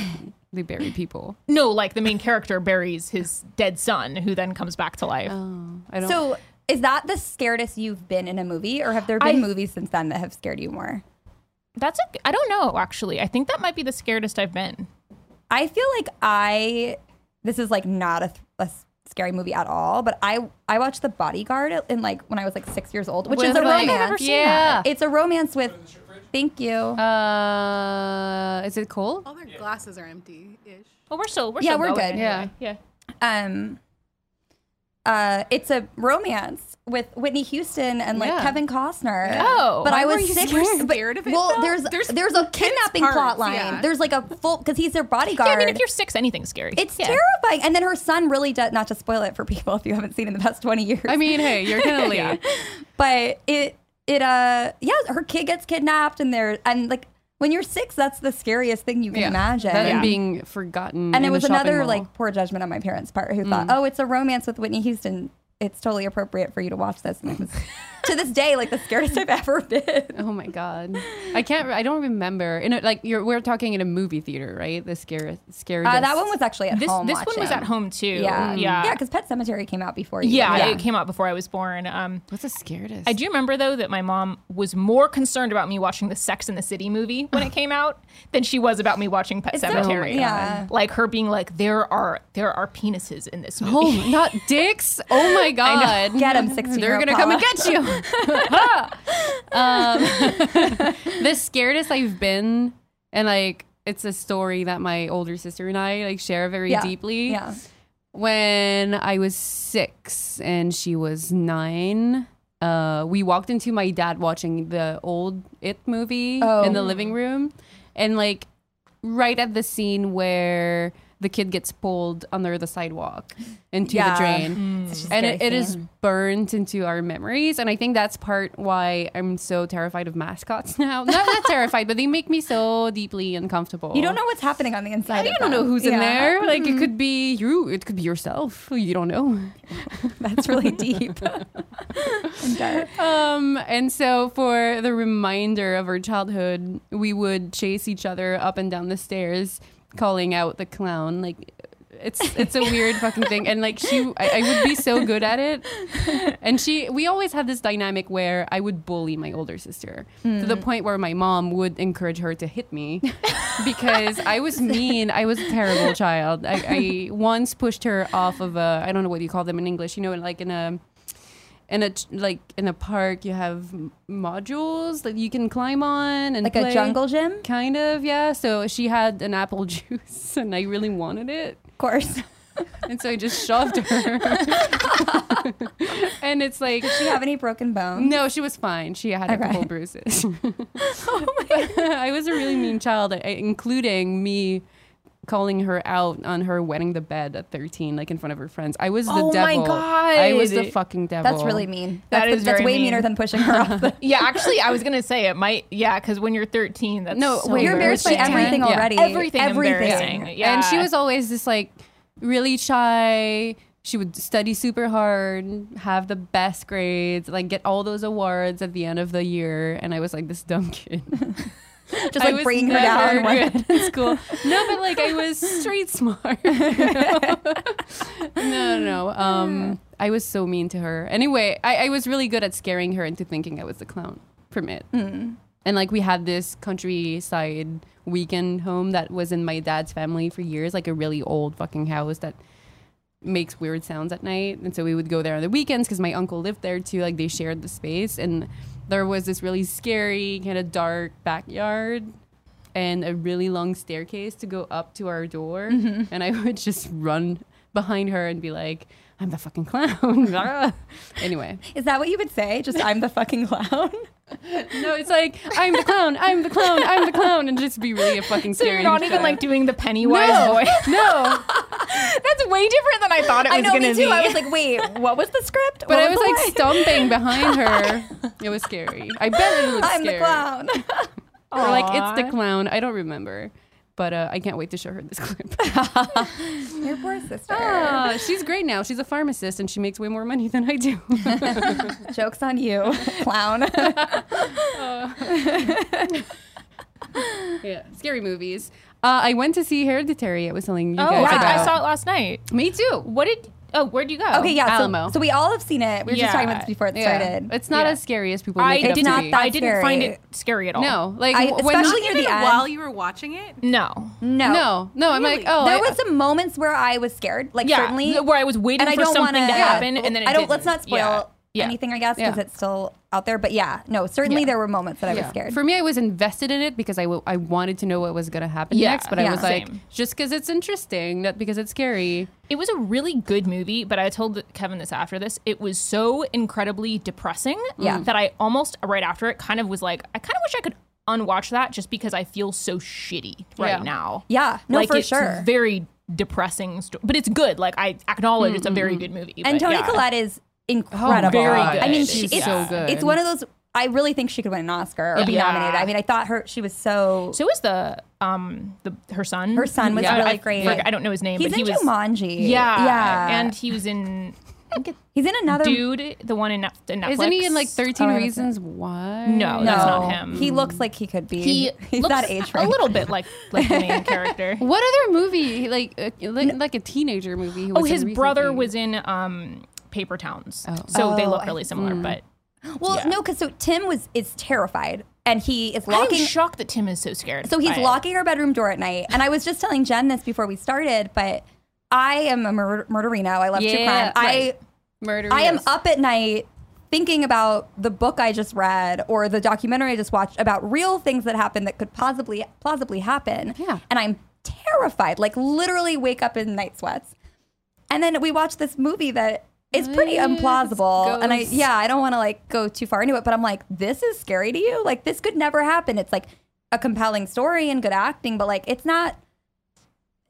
they bury people.
No, like the main character buries his dead son, who then comes back to life.
Oh, I don't.
So, is that the scaredest you've been in a movie, or have there been
I-
movies since then that have scared you more?
That's a. I don't know actually. I think that might be the scaredest I've been.
I feel like I this is like not a, th- a s- scary movie at all, but I I watched The Bodyguard in like when I was like six years old, which is
With, like- I
a
don't
romance.
think I've ever seen Yeah. that.
it's a romance with. Thank you.
uh, is it cold?
All their glasses are empty ish.
Well, we're still. We're
Yeah,
still
we're
going
good.
anyway. Yeah.
um, uh, it's a romance with Whitney Houston and like
Yeah.
Kevin Costner.
Oh.
but I was
Why were you
six.
scared?
but-
Scared of it,
Well,
though?
there's there's,
There's
a
kids'
kidnapping
parts,
plot line.
yeah.
There's like a full because he's their bodyguard.
Yeah, I mean, if you're six, anything's scary.
It's
Yeah.
terrifying. And then her son really does not to spoil it for people if you haven't seen it in the past 20 years.
I mean, hey, you're kind of late.
but it it uh yeah, her kid gets kidnapped and they're and like when you're 6, that's the scariest thing you can imagine.
That and
Yeah.
being forgotten. in
And it
a
was
shopping
another
mall.
like poor judgment on my parents' part who thought, "Oh, it's a romance with Whitney Houston. It's totally appropriate for you to watch this." And it was to this day like the scariest I've ever been.
Oh my god, I can't. I don't remember. In a, like you're, we're talking in a movie theater, right? The scary, scary.
Uh, that one was actually at
This
home.
this one was
watching.
at home too. Mm.
Yeah.
Yeah.
cuz Pet Cemetery came out before you.
Yeah, It came out before I was born. Um,
What's the scariest?
I do remember though that my mom was more concerned about me watching the Sex in the City movie when it came out than she was about me watching Pet
It's so-
Cemetery.
Oh my Yeah.
Like her being like, there are there are penises in this movie.
Oh, not dicks! Oh my god,
Get 'em, 16
They're
-year-old
gonna come and get you. um, the scaredest I've been, and like it's a story that my older sister and I like share very
Yeah.
deeply.
Yeah.
when I was six and she was nine. uh, we walked into my dad watching the old It movie
Oh.
in the living room, and like right at the scene where the kid gets pulled under the sidewalk into
Yeah.
the drain
It's just
and
scary
it, it is
scene.
burnt into our memories and i think that's part why i'm so terrified of mascots now not, not terrified but they make me so deeply uncomfortable
You don't know what's happening on the inside.
you
of
don't know
them.
who's in
Yeah.
there like it could be you it could be yourself you don't know
That's really deep and dark.
um and so for the reminder of our childhood we would chase each other up and down the stairs calling out the clown like it's it's a weird fucking thing and like she I, I would be so good at it and she we always had this dynamic where i would bully my older sister to
Hmm.
the point where my mom would encourage her to hit me because i was mean i was a terrible child i, I once pushed her off of a i don't know what you call them in english you know like in a in a ch- like in a park you have m- modules that you can climb on and
Like
play.
a jungle gym, of
kind of yeah so she had an apple juice and i really wanted it
course.
and so i just shoved her and it's like
Do you have any broken bones?
no she was fine she had a
Okay.
couple bruises i was a really mean child I- I- including me calling her out on her wetting the bed at 13 like in front of her friends i was the
Oh my
devil i was the
God.
fucking devil
That's really mean.
That
that's,
is
that's
very
way
mean.
meaner than pushing her off. The,
Yeah, actually, I was gonna say it might. Yeah, because when you're 13, that's
No,
so
wait,
you're
Where
embarrassed by
was she,
everything
10? Yeah.
already.
Everything embarrassing. Yeah.
And she was always this like really shy. She would study super hard, have the best grades, like get all those awards at the end of the year. And I was like this dumb kid.
Just
I
like
was
bringing her down.
never
one-
good in school. No, but like I was street smart. you know? no, no, no. Um, I was so mean to her. Anyway, I, I was really good at scaring her into thinking I was the clown from it.
Hmm.
And like we had this countryside weekend home that was in my dad's family for years, like a really old fucking house that makes weird sounds at night. And so we would go there on the weekends because my uncle lived there too. Like they shared the space. And there was this really scary, kind of dark backyard and a really long staircase to go up to our door.
Mm-hmm.
And I would just run behind her and be like, I'm the fucking clown. anyway,
Is that what you would say? Just I'm the fucking clown.
no, it's like, I'm the clown, I'm the clown, I'm the clown, and just be really a fucking
So
scary.
you're not even
child.
like doing the Pennywise voice.
no,
That's way different than I thought it was
I know,
gonna
me too.
be.
I was like, wait, what was the script?
but
What
I was like
the line?
stomping behind her. It was scary. I bet it was
I'm
scary.
the clown.
Or like it's
Aw.
the clown. I don't remember, but uh, I can't wait to show her this clip.
Your poor sister.
Ah, she's great now. She's a pharmacist and she makes way more money than I do.
Jokes on you, clown.
yeah, scary movies. Uh, I went to see Hereditary. I was telling you
oh,
guys
I-
about.
I saw it last night.
Me too.
What did? Oh, where'd you go?
okay, yeah.
Alamo.
So, so we all have seen it. We were
Yeah.
just talking about this before it
Yeah.
started.
It's not
Yeah.
as scary as people
I
make it up
did
to
not.
be.
that
I didn't find
scary.
it scary at all.
no, like
I-
w- when
especially
You
near
did
the
it
end.
while you were watching it?
No.
no,
no, no. I'm like,
Really?
oh,
there
I-
was some moments where I was scared, like
Yeah,
certainly,
where I was waiting
and I
for
don't
something
wanna,
to happen, and then it
I don't.
didn't.
Let's not spoil
Yeah. Yeah.
anything, I guess, because
Yeah.
it's still out there. But yeah, no, certainly
Yeah.
there were moments that I was
Yeah.
scared.
For me, I was invested in it because I, w- I wanted to know what was going to happen
Yeah.
next. But I
Yeah.
was like,
Same.
just because it's interesting, not because it's scary.
It was a really good movie, but I told Kevin this after this. It was so incredibly depressing
Yeah.
that I almost right after it kind of was like, I kind of wish I could unwatch that just because I feel so shitty right
Yeah.
now.
Yeah, no,
like
for
it's
sure.
Very depressing, sto- but it's good. Like I acknowledge it's a very good movie.
Mm-hmm. and
but
Toni
yeah. Oh,
Collette is incredible.
Very God. good.
I mean,
She's
she, it's,
so
good.
It's one of those. I really think she could win an Oscar or be
Yeah.
nominated. I mean, I thought her she was so.
So is the um the her son.
her son was
I-
really
I,
great.
forget- I don't know his name,
He's
but
in
he was.
Jumanji.
Yeah,
yeah,
and he was in I think it-
he's in another.
Dude, the one in Nef- in Netflix.
Isn't he in like 13
Oh, I haven't
Reasons Why?
No,
no,
Oh, that's not him.
he looks like he could be.
he
he's
looks
that age
a
range.
little bit like like the main character.
What other movie? Like, uh, like, like a teenager movie. he
Oh,
was in
his brother
recently.
was in um Paper Towns, so they
Oh,
look
I-
really similar. But
Well,
Yeah.
no, because so Tim was is terrified, and he is
I'm
locking.
shocked that Tim is so scared.
So he's
by it.
locking our bedroom door at night. And I was just telling Jen this before we started, but I am a murder- murderino. I love true crime.
Yeah,
I
right. Murder.
I am
Yes.
up at night thinking about the book I just read or the documentary I just watched about real things that happened that could possibly plausibly happen.
Yeah.
And I'm terrified, like literally wake up in night sweats. And then we watched this movie that it's pretty
Eh,
implausible. And I,
goes-
yeah, I don't want to like go too far into it, but I'm like, this is scary to you. Like, this could never happen. It's like a compelling story and good acting, but like, it's not.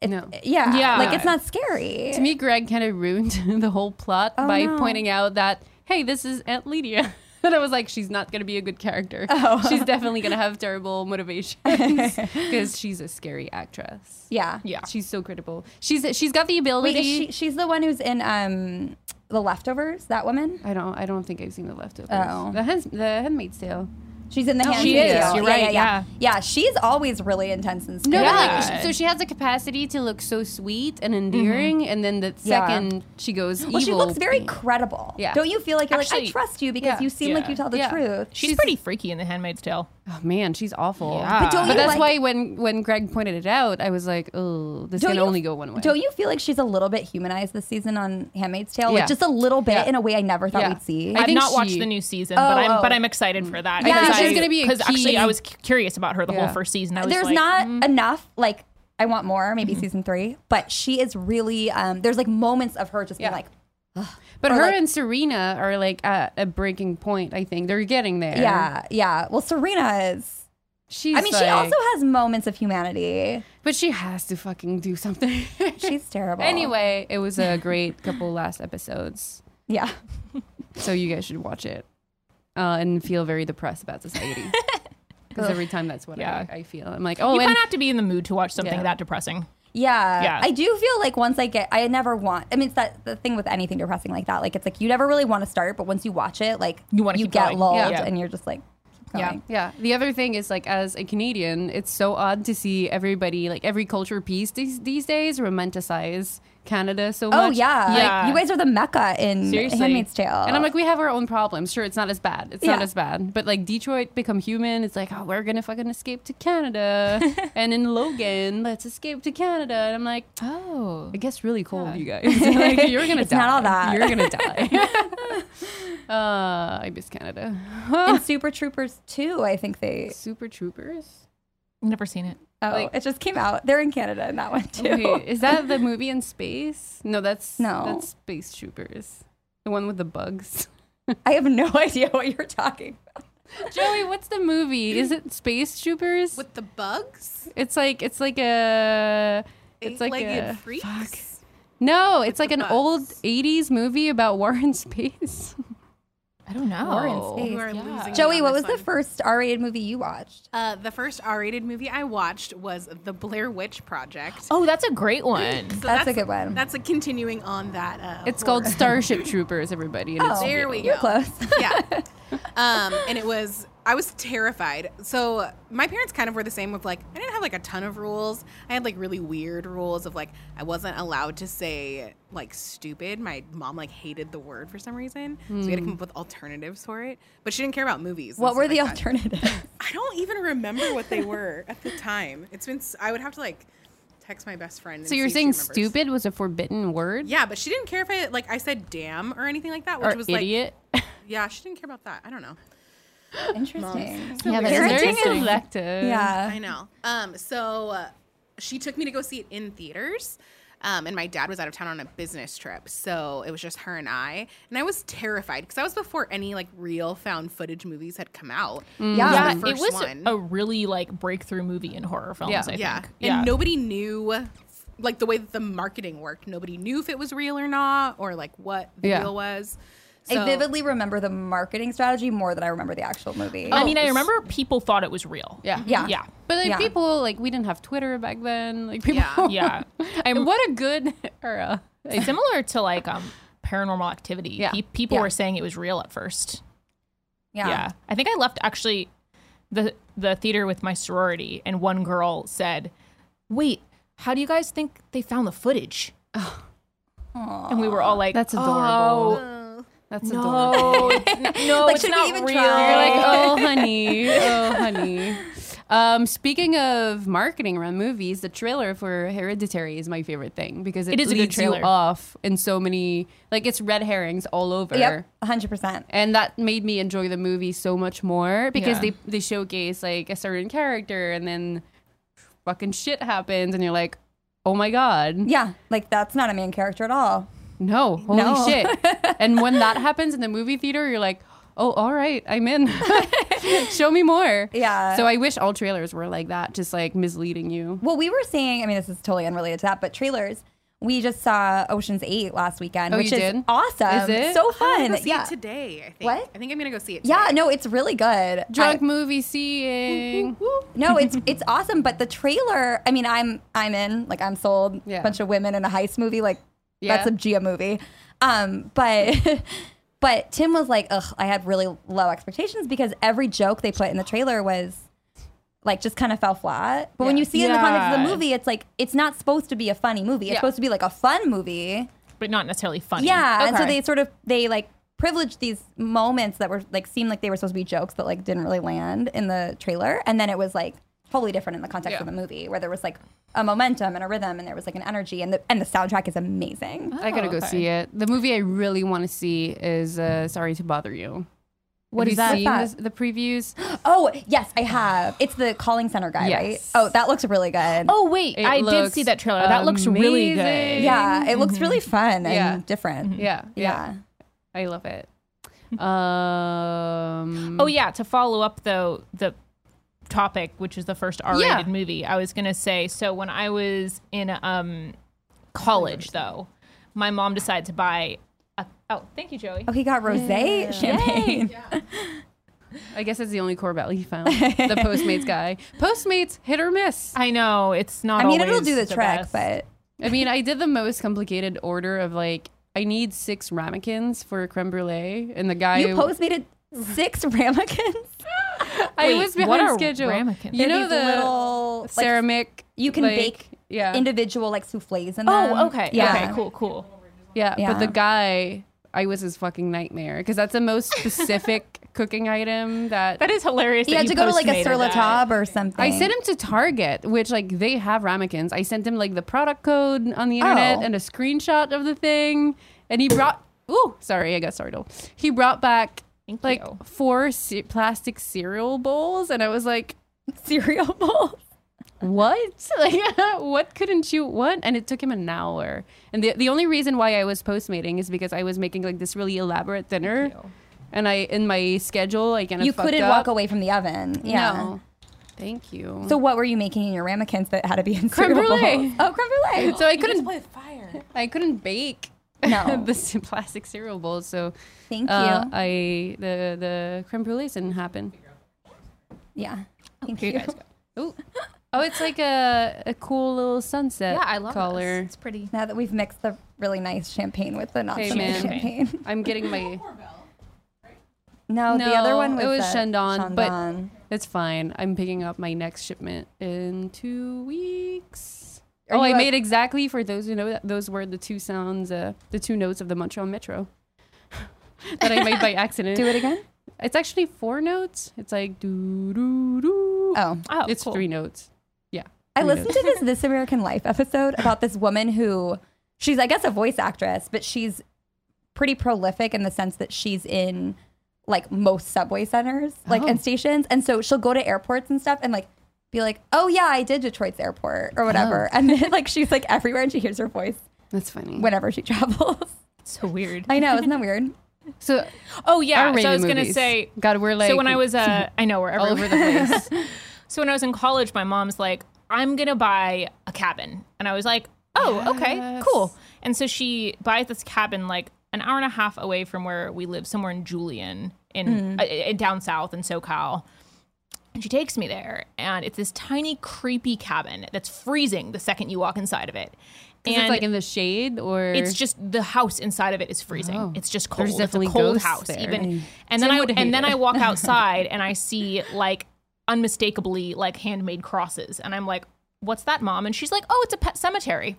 It,
No.
Yeah.
Yeah.
Like, it's not scary.
To me, Greg kind of ruined the whole plot
Oh,
by
no.
pointing out that, hey, this is Aunt Lydia. And I was like, she's not going to be a good character. Oh. She's definitely going to have terrible motivations because she's a scary actress.
yeah.
Yeah.
She's so critical. She's she's got the
Wait,
ability.
is she, she's the one who's in um the leftovers. That woman.
I don't I don't think I've seen the leftovers.
Oh.
The, hands, the Handmaid's Tale.
She's in the
Oh,
hand.
she
Handmaid's
is.
Tale.
You're
yeah,
right,
Yeah, yeah, yeah. She's always really intense and
No,
scary.
but,
Yeah.
like, sh- so she has the capacity to look so sweet and endearing, and then the
Mm-hmm. Yeah.
second she goes evil.
Well, she looks very credible.
Yeah.
Don't you feel like you're like I
Actually-
trust you because
Yeah.
you seem like
Yeah.
you tell the
Yeah.
truth.
She's, pretty freaky in The Handmaid's Tale.
Oh man, she's awful.
Yeah. But don't
but
you
that's
like-
why when when Greg pointed it out, I was like, oh, this can
you-
only go one way.
Don't you feel like she's a little bit humanized this season on Handmaid's Tale?
Yeah.
Like just a little bit
Yeah.
in a way I never thought
Yeah.
we'd see.
I
I've
think
not watched
she-
the new season,
Oh,
but I'm but
oh.
I'm excited for that.
Yeah,
Because
she's
I-
gonna be a
because actually
key-
I was cu- curious about her the
Yeah.
whole first season. I was
There's
like,
not
mm-hmm.
enough like I want more, maybe season three, but she is really um there's like moments of her just being
Yeah.
like
but
or,
her
like-
and Serena are like at a breaking point. I think they're getting there.
Yeah, yeah. Well Serena is
she's.
I mean, she
like-
also has moments of humanity.
but she has to fucking do something.
She's terrible.
anyway, it was a great couple last episodes,
yeah.
so you guys should watch it uh, and feel very depressed about society. Because every time that's what
Yeah.
I, I feel. I'm like, oh,
you
and
kind of have to be in the mood to watch something
Yeah.
that depressing.
Yeah.
Yeah.
I do feel like once I get, I never want, I mean, it's that the thing with anything depressing like that. Like, it's like you never really want to start, but once you watch it, like,
You wanna
you
keep
get
going.
lulled
Yeah.
and you're just like, keep going.
Yeah. The other thing is like as a Canadian, it's so odd to see everybody like every culture piece these these days romanticize Canada so
Oh,
much.
yeah.
Yeah.
Like, you guys are the mecca in
Seriously.
Handmaid's Tale.
And I'm like, we have our own problems. Sure, it's not as bad. It's not
Yeah.
as bad. But like Detroit become human, it's like, oh, we're gonna fucking escape to Canada. and in Logan, let's escape to Canada. And I'm like,
Oh.
it gets really cold, you guys. like, you're gonna
It's
die.
not all that.
You're gonna die. uh, I miss Canada.
in Super Troopers 2, I think they,
Super Troopers.
Never seen it.
oh,
Like-
it just came out. They're in Canada in that one, too.
Wait, is that the movie in space? No, that's
No.
That's Space Troopers, the one with the bugs.
I have no idea what you're talking about.
Joey, what's the movie? Is it Space Troopers?
With the bugs?
It's like it's like a it's like
Eight-legged
a
freaks?
no, it's like
the
an
bugs.
old '80s movie about war in space.
I don't know.
You are
Yeah.
losing me
Joey,
on
what was
this
the
one.
first R rated movie you watched?
Uh, the first R-rated movie I watched was The Blair Witch Project.
Oh, that's a great one.
So
that's a good one.
That's a continuing on that. Uh,
It's
horror.
called Starship Troopers. Everybody, and it's
Oh.
There we go.
You're close.
yeah. Um, and it was I was terrified. So my parents kind of were the same with like I didn't have like a ton of rules. I had like really weird rules of like I wasn't allowed to say like stupid. My mom like hated the word for some reason. So we had to
Hmm.
come up with alternatives for it. But she didn't care about movies. and
what were
stuff
the
like that.
alternatives?
I don't even remember what they were at the time. It's been s- I would have to like text my best friend. and
so you're
see if she
saying
remembers.
stupid was a forbidden word?
Yeah, but she didn't care if I like I said damn or anything like that, which
or
was like
idiot.
yeah, she didn't care about that. I don't know.
Interesting.
yeah,
that's Parenting
very
interesting.
selective.
Yeah.
I know. Um, so uh, she took me to go see it in theaters. Um, and my dad was out of town on a business trip, so it was just her and I. And I was terrified because that was before any like real found footage movies had come out.
Yeah.
Yeah,
the
it
first
was
one.
a really like breakthrough movie in horror films.
Yeah.
I think.
Yeah, and
yeah.
nobody knew like the way that the marketing worked. Nobody knew if it was real or not, or like what the
Yeah.
deal was.
I vividly remember the marketing strategy more than I remember the actual movie.
I mean, I remember people thought it was real.
Yeah.
Oh,
Mhm.
Yeah.
Yeah.
But like
Yeah.
people, like we didn't have Twitter back then. Like people,
Yeah.
Yeah.
and what a good era.
It's similar to like um paranormal activity.
Yeah.
Pe- people
Yeah.
were saying it was real at first.
yeah.
yeah. I think I left actually the the theater with my sorority, and one girl said, "Wait, how do you guys think they found the footage?" And we were all like, "Oh,
That's adorable.
Oh.
That's adorable.
"No, it's, n- no,
Like,
it's
should we
not
even
real."
try?
You're like, oh honey, oh honey. Um, speaking of marketing around movies, the trailer for Hereditary is my favorite thing because it,
It is a good
leads you
trailer.
off in so many like it's red herrings all over.
Yep. 100%.
and that made me enjoy the movie so much more because
Yeah.
they they showcase like a certain character and then fucking shit happens and you're like oh my god
Yeah. Like, that's not a main character at all.
No, holy
No.
shit. and when that happens in the movie theater, you're like, oh, all right, I'm in. Show me more.
Yeah.
So I wish all trailers were like that, just like misleading you.
Well, we were seeing, I mean, this is totally unrelated to that, but trailers. We just saw Ocean's Eight last weekend,
Oh,
which
you
is
did?
awesome.
Is it?
So
I'm
fun.
gonna go see
yeah.
it today. I think.
What?
I think I'm gonna go see it.
Yeah,
today.
no, it's really good.
Drunk
I-
movie seeing.
no, it's it's awesome, but the trailer, I mean, I'm I'm in, like I'm sold.
Yeah.
Bunch of women in a heist movie, like that's a
Yeah.
Gia movie. Um, but but Tim was like, "Ugh, I had really low expectations because every joke they put in the trailer was like just kind of fell flat." But when
Yeah.
you see it in the context of
Yeah.
the movie, it's like it's not supposed to be a funny movie. It's
Yeah.
supposed to be like a fun movie.
"Oh." but not necessarily funny.
Yeah, and so
Okay.
they sort of they like privileged these moments that were like seemed like they were supposed to be jokes, but like didn't really land in the trailer. And then it was like totally different in the context
Yeah.
of the movie, where there was like a momentum and a rhythm, and there was like an energy, and the and the soundtrack is amazing.
I gotta
Oh,
go
okay.
see it. The movie I really want to see is uh, Sorry to Bother You. Have
What is
you
that?
seen
What's
this- the previews?
Oh yes, I have. It's the calling center guy, right?
Yes.
Oh, that looks really good.
Oh wait,
It
I did
looks
see that trailer. That looks really good.
amazing.
yeah, it looks really fun and
Yeah.
different.
Yeah, yeah,
Yeah.
I love it. Um,
Oh yeah, to follow up though the topic, which is the first R-rated
Yeah.
movie, I was gonna say. So when I was in um college though, my mom decided to buy. A, oh, thank you, Joey.
Oh, he got rosé champagne.
I guess that's the only core value he found. the Postmates guy. Postmates hit or miss.
I know it's not.
I mean, it'll
always
do the, trick,
best.
but
I mean, I did the most complicated order of like I need six ramekins for a creme brulee, and the guy
you post made it six ramekins.
I
Wait,
was
what
behind
are
schedule.
ramekins?
You
They're
know
these
the
little like,
ceramic.
you can
like,
bake
Yeah,
individual like souffles in them.
Oh, okay.
um, Yeah.
Okay. Cool. Cool.
yeah,
Yeah.
But the guy, I was his fucking nightmare because that's the most specific cooking item that.
That is hilarious.
You
that
had to go to like a
Postmated
sur la
that.
table or something.
I sent him to Target, which like they have ramekins. I sent him like the product code on the internet
Oh.
and a screenshot of the thing, and he brought. Ooh, sorry, I got startled. He brought back
Thank
like
you.
four ce- plastic cereal bowls, and I was like,
cereal bowl.
what? Like, what couldn't you? What? And it took him an hour. And the the only reason why I was postmating is because I was making like this really elaborate dinner,
you.
and I in my schedule I kind of
You
fucked
couldn't
up.
walk away from the oven. Yeah.
No. Thank you.
So what were you making in your ramekins that had to be in
Creme
cereal bowls?
brulee.
Oh, creme brulee.
so I couldn't
Play with fire.
I couldn't bake
No.
the c- plastic cereal bowls. So
Thank
uh,
you.
I the the creme brulee didn't happen.
yeah. Thank
Here
you.
you guys
Oh,
go.
oh, it's like a a cool little sunset.
Yeah, I love
color.
This. It's pretty.
Now that we've mixed the really nice champagne with the not
Hey,
so
man.
nice champagne.
I'm getting my.
No, the other
No,
one was
it was
the
Shandon, but-
Shandon.
It's fine. I'm picking up my next shipment in two weeks.
Are
oh, I
you a-
made exactly for those who know that those were the two sounds, uh, the two notes of the Montreal Metro that I made by accident.
do it again.
It's actually four notes. It's like doo doo doo.
Oh,
Oh,
it's
cool.
three notes. Yeah.
I
Who
listened
knows?
to this This American Life episode about this woman who she's, I guess, a voice actress, but she's pretty prolific in the sense that she's in like most subway centers, like
Oh.
and stations, and so she'll go to airports and stuff and like be like, "Oh yeah, I did Detroit's airport or whatever,"
Oh.
and then like she's like everywhere and she hears her voice
That's funny.
whenever she travels.
So weird.
I know, isn't that weird?
So
Oh yeah. So
R-rated
I was gonna
movies.
say.
God, we're like
so when I was uh, I know we're
all
everywhere.
over the place.
So when I was in college, my mom's like, I'm going to buy a cabin. And I was like, oh, okay,
Yes.
cool. And so she buys this cabin like an hour and a half away from where we live, somewhere in Julian,
Hmm.
in, uh, uh, down south in SoCal. And she takes me there, and it's this tiny, creepy cabin that's freezing the second you walk inside of it.
Is it like in the shade or
It's just the house inside of it is freezing. It's just cold.
Oh. There's definitely
it's a cold
ghosts
house.
there.
Even and then
Tim
I
would hate
and then
it.
I walk outside and I see like unmistakably like handmade crosses and I'm like, "What's that, mom?" And she's like, "Oh, it's a pet cemetery."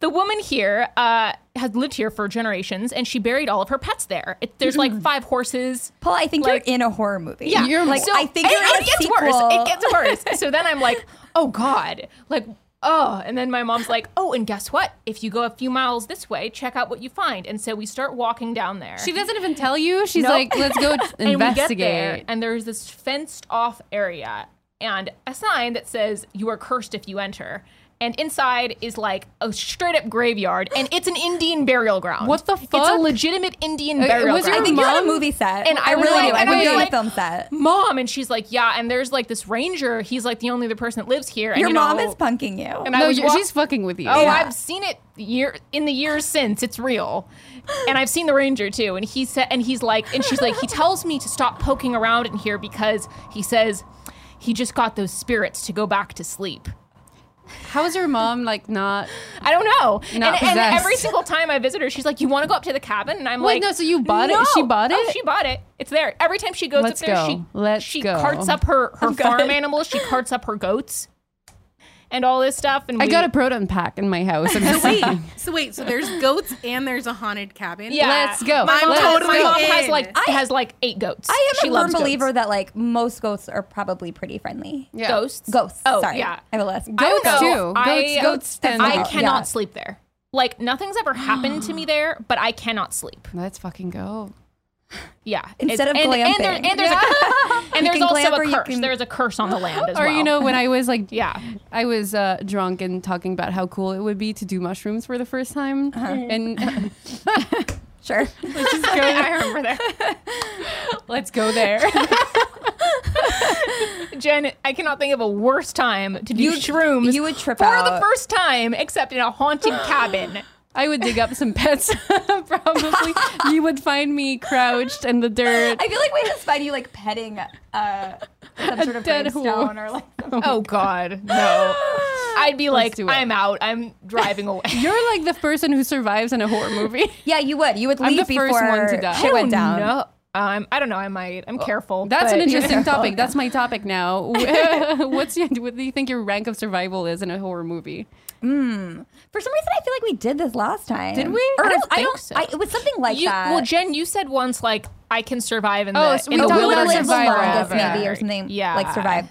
The woman here uh, has lived here for generations, and she buried all of her pets there. It, there's like five horses.
Paul, I think
Like-
you're in a horror movie.
Yeah,
you're like
so-
I think
and
you're in
it
a
gets
sequel.
worse. It gets worse. so then I'm like, oh god, like oh. And then my mom's like, oh, and guess what? If you go a few miles this way, check out what you find. And so we start walking down there.
she doesn't even tell you. She's
Nope.
like, let's go
and we get there,
investigate.
and there's this fenced off area and a sign that says you are cursed if you enter. and inside is like a straight up graveyard, and it's an Indian burial ground.
What the
It's a
fuck?
legitimate Indian
Uh,
burial
was your
ground.
I think you're on
Mom?
a movie set.
And I
really
was
do.
like-
I think
and I
you're on
was
a film
like-
set.
Mom, and she's like, yeah, and there's like this ranger. He's like the only other person that lives here. And,
Your
you
mom
know-
is punking you.
And I
No,
was
you-
walk-
she's fucking with you.
Oh,
Yeah.
I've seen it year in the years since. It's real. And I've seen the ranger too. And he said and he's like and she's like, he tells me to stop poking around in here because he says he just got those spirits to go back to sleep.
How is your mom like not?
I don't know.
Not
and, and
possessed.
every single time I visit her, she's like, "You want to go up to the cabin?" And I'm
Wait,
like,
no, so you bought it? She bought
Oh,
it?
she bought it. It's there. Every time she goes
Let's
up there,
go.
she
Let's
she
go.
carts up her her farm animals. She carts up her goats and all this stuff. And
I
we-
got a proton pack in my house. I'm just
Wait, so wait, so there's goats and there's a haunted cabin.
Yeah.
Let's go.
My mom,
Let's
my
go.
mom has like
I-
has like eight goats.
I am
she
a firm
loves
believer
goats.
that like most ghosts are probably pretty friendly.
Yeah.
ghosts.
Ghosts.
Oh,
sorry.
yeah.
I have a list.
I don't
Goats
know.
too.
I,
Goats- goats tend
I
to-
cannot
yeah.
sleep there. Like nothing's ever happened to me there, but I cannot sleep.
Let's fucking go.
Yeah.
Instead
It's-
of
and, and, there-
glamping.
and there's a, and
You
there's
can
also
glamp or
a
you
curse.
can-
There's a curse on the land as
Or
well.
you know when I was like
Yeah.
I was uh, drunk and talking about how cool it would be to do mushrooms for the first time, and
Sure.
I remember that.
let's go there.
Jen, I cannot think of a worse time to do
You-
shrooms.
you would trip
for the
out.
first time, except in a haunted cabin.
I would dig up some pets. Probably you would find me crouched in the dirt.
I feel like we just find you like petting uh, some sort of
dead
gravestone or like.
Oh God, no! I'd be like,
do it.
I'm out. I'm driving away.
You're like the person who survives in a horror movie.
Yeah, you would. You would
I'm
leave
the
before
first one to die.
I
shit
don't
went down.
know. Um, I don't know. I might. I'm careful.
That's an
but-
interesting
Yeah.
topic. That's my topic now. What's your, what do you think your rank of survival is in a horror movie?
For some reason, I feel like we did this last time.
Did we?
Or it
I
was-
don't think so.
I- it was something like
You-
that.
well, Jen, you said once like I can survive in
Oh,
the
so
in
we
the
talked about
wilderness
live the
survival.
longest,
forever.
maybe, or something.
Yeah,
like survive.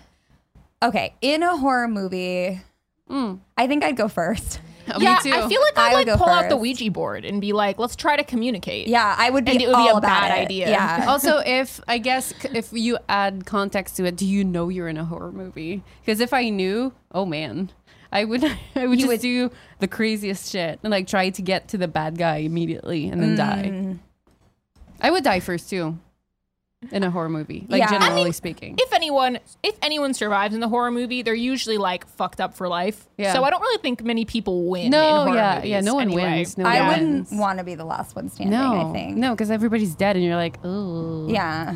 Okay, in a horror movie,
Hmm.
I think I'd go first.
Yeah,
Uh, Me too.
I feel like
I
I'd
would
like
go
pull out the
first.
Ouija board and be like, let's try to communicate.
Yeah, I would be.
And it would be
all
a
about
bad
it.
idea.
Yeah.
also if i guess c- if you add context to it do you know you're in a horror movie because if i knew oh man i would i would just
would-
do the craziest shit and like try to get to the bad guy immediately and then die i would die first too in a horror movie like
Yeah. I
generally
mean,
speaking
If anyone, if anyone survives in the horror movie, they're usually like fucked up for life.
Yeah.
So I don't really think many people win.
No,
in horror
yeah,
movies
yeah, no one
anyway.
wins. No one
I
Yeah.
wouldn't want to be the last one standing.
no
I think.
no because everybody's dead and you're like oh
Yeah.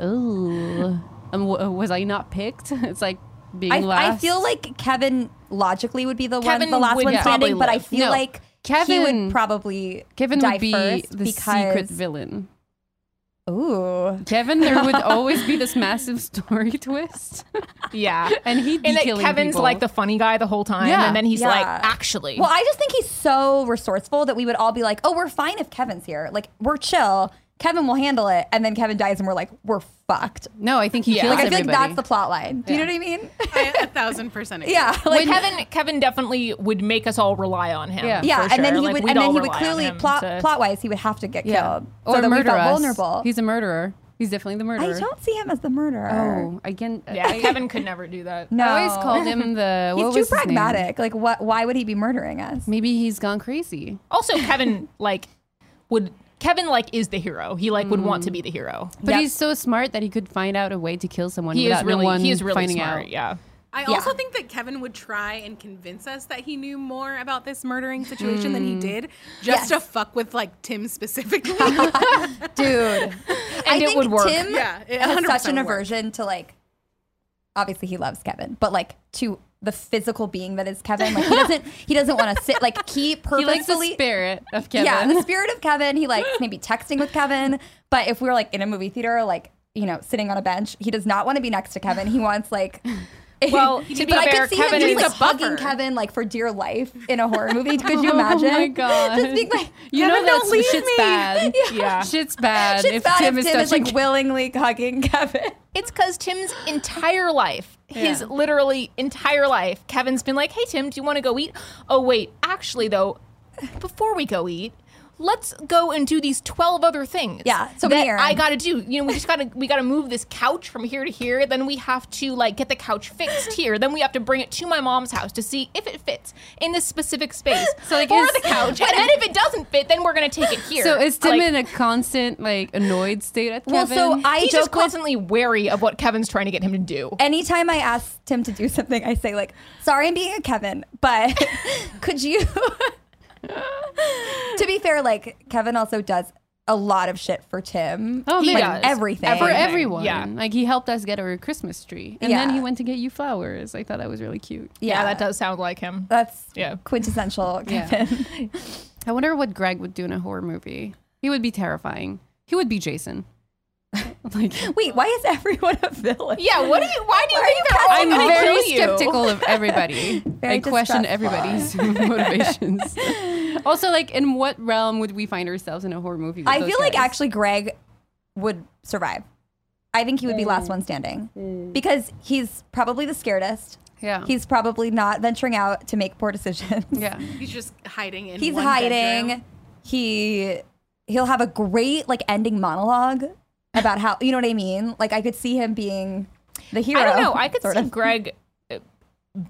oh and w- was i not picked it's like being
I,
last
I feel like Kevin logically would be the one,
Kevin
the last
would
one
probably
standing, but I
live.
feel
No.
like he
Kevin-
would probably
Kevin
die
would be
first
the secret
because
villain.
ooh,
Kevin, there would always be this massive story twist,
Yeah.
and he'd be
and that
killing
Kevin's
people.
like the funny guy the whole time,
Yeah.
and then he's
Yeah.
like, ah, actually,
Well, I just think he's so resourceful that we would all be like, oh, we're fine if Kevin's here. Like, we're chill. Kevin will handle it. And then Kevin dies and we're like, we're fucked.
no. I think he
Yeah.
kills
Like, I feel
everybody.
like that's the plot line. Do you know what I mean?
I, a thousand percent. agree.
yeah.
like
Like,
Kevin, Kevin definitely would make us all rely on him.
Yeah.
for
yeah.
sure.
And then he
Like,
would,
we'd
and then
all
he would
rely on
clearly,
him
plot,
to-
plot wise, he would have to get
yeah,
killed.
or
so that we
murder
felt
us.
vulnerable.
He's a murderer. He's definitely the
I
murderer.
don't see him as the murderer.
Oh, again.
Yeah,
I,
Kevin could never do that.
No.
I always called him the. what
He's too
was his name?
pragmatic. Like, what? why would he be murdering us?
Maybe he's gone crazy.
Also, Kevin like would Kevin like is the hero. He like would want to be the hero.
But
Yep.
he's so smart that he could find out a way to kill someone
He
without
is really
no one
he is really
finding
smart.
out.
Yeah.
I also think that Kevin would try and convince us that he knew more about this murdering situation
Hmm.
than he did, just to fuck with like Tim specifically.
dude.
And it would work.
Tim
Yeah, it
has such
100%
an
would work.
aversion to like. Obviously, he loves Kevin, but like to the physical being that is Kevin, like he doesn't he doesn't want to sit like he
He likes the
purposefully.
spirit of Kevin.
yeah, the spirit of Kevin. He likes maybe texting with Kevin, but if we were like in a movie theater, like you know, sitting on a bench, he does not want to be next to Kevin. He wants like.
Well, to be
but I
fair,
could see
Kevin
him
is
just like
a
hugging
buffer.
Kevin like for dear life in a horror movie. Could you imagine?
Oh my god!
Just being like,
you
Kevin,
know
don't
that's
leave
shit's
me.
bad.
Yeah.
shit's bad.
Shit's
if
bad
Tim
if
is
Tim is
touching
like willingly hugging Kevin.
It's cause Tim's entire life, his literally entire life, Kevin's been like, Hey Tim, do you want to go eat? Oh wait, actually though, before we go eat, let's go and do these 12 other things.
Yeah, so
that
Mary.
I got to do. You know, we just got to we got to move this couch from here to here, then we have to like get the couch fixed here, then we have to bring it to my mom's house to see if it fits in this specific space. So
like,
for
is-
the couch. And then if it doesn't fit, then we're going to take it here.
So is Tim
Like,
in a constant like annoyed state at
Well,
Kevin?
so I
He's just
joke with
constantly wary of what Kevin's trying to get him to do.
anytime I ask Tim to do something, I say like, "Sorry, I'm being a Kevin, but could you?" to be fair, like Kevin also does a lot of shit for Tim.
Oh,
He
man.
does.
everything.
for
everything.
everyone.
Yeah.
Like he helped us get our Christmas tree, and then
Yeah.
he went to get you flowers. I thought that was really cute.
Yeah, that does sound like him.
That's
Yeah.
quintessential
Yeah.
Kevin.
I wonder what Greg would do in a horror movie. He would be terrifying. He would be Jason. like
Wait, why is everyone a villain?
Yeah, what do you? Why do
Why
you
are
think
you
they're all
casting
I'm
gonna
very
kill you?
skeptical of everybody.
Very
I question
distrustful.
everybody's motivations. also, like, in what realm would we find ourselves in a horror movie? with
I
those
feel like
guys?
actually Greg would survive. I think he would be last one standing because he's probably the scaredest.
Oh.
yeah,
He's probably not venturing out to make poor decisions.
yeah.
He's just hiding in.
He's
one
hiding.
bedroom.
He he'll have a great like ending monologue about how you know what I mean. Like I could see him being the hero.
I don't know. I could
sort
see
of.
Greg uh,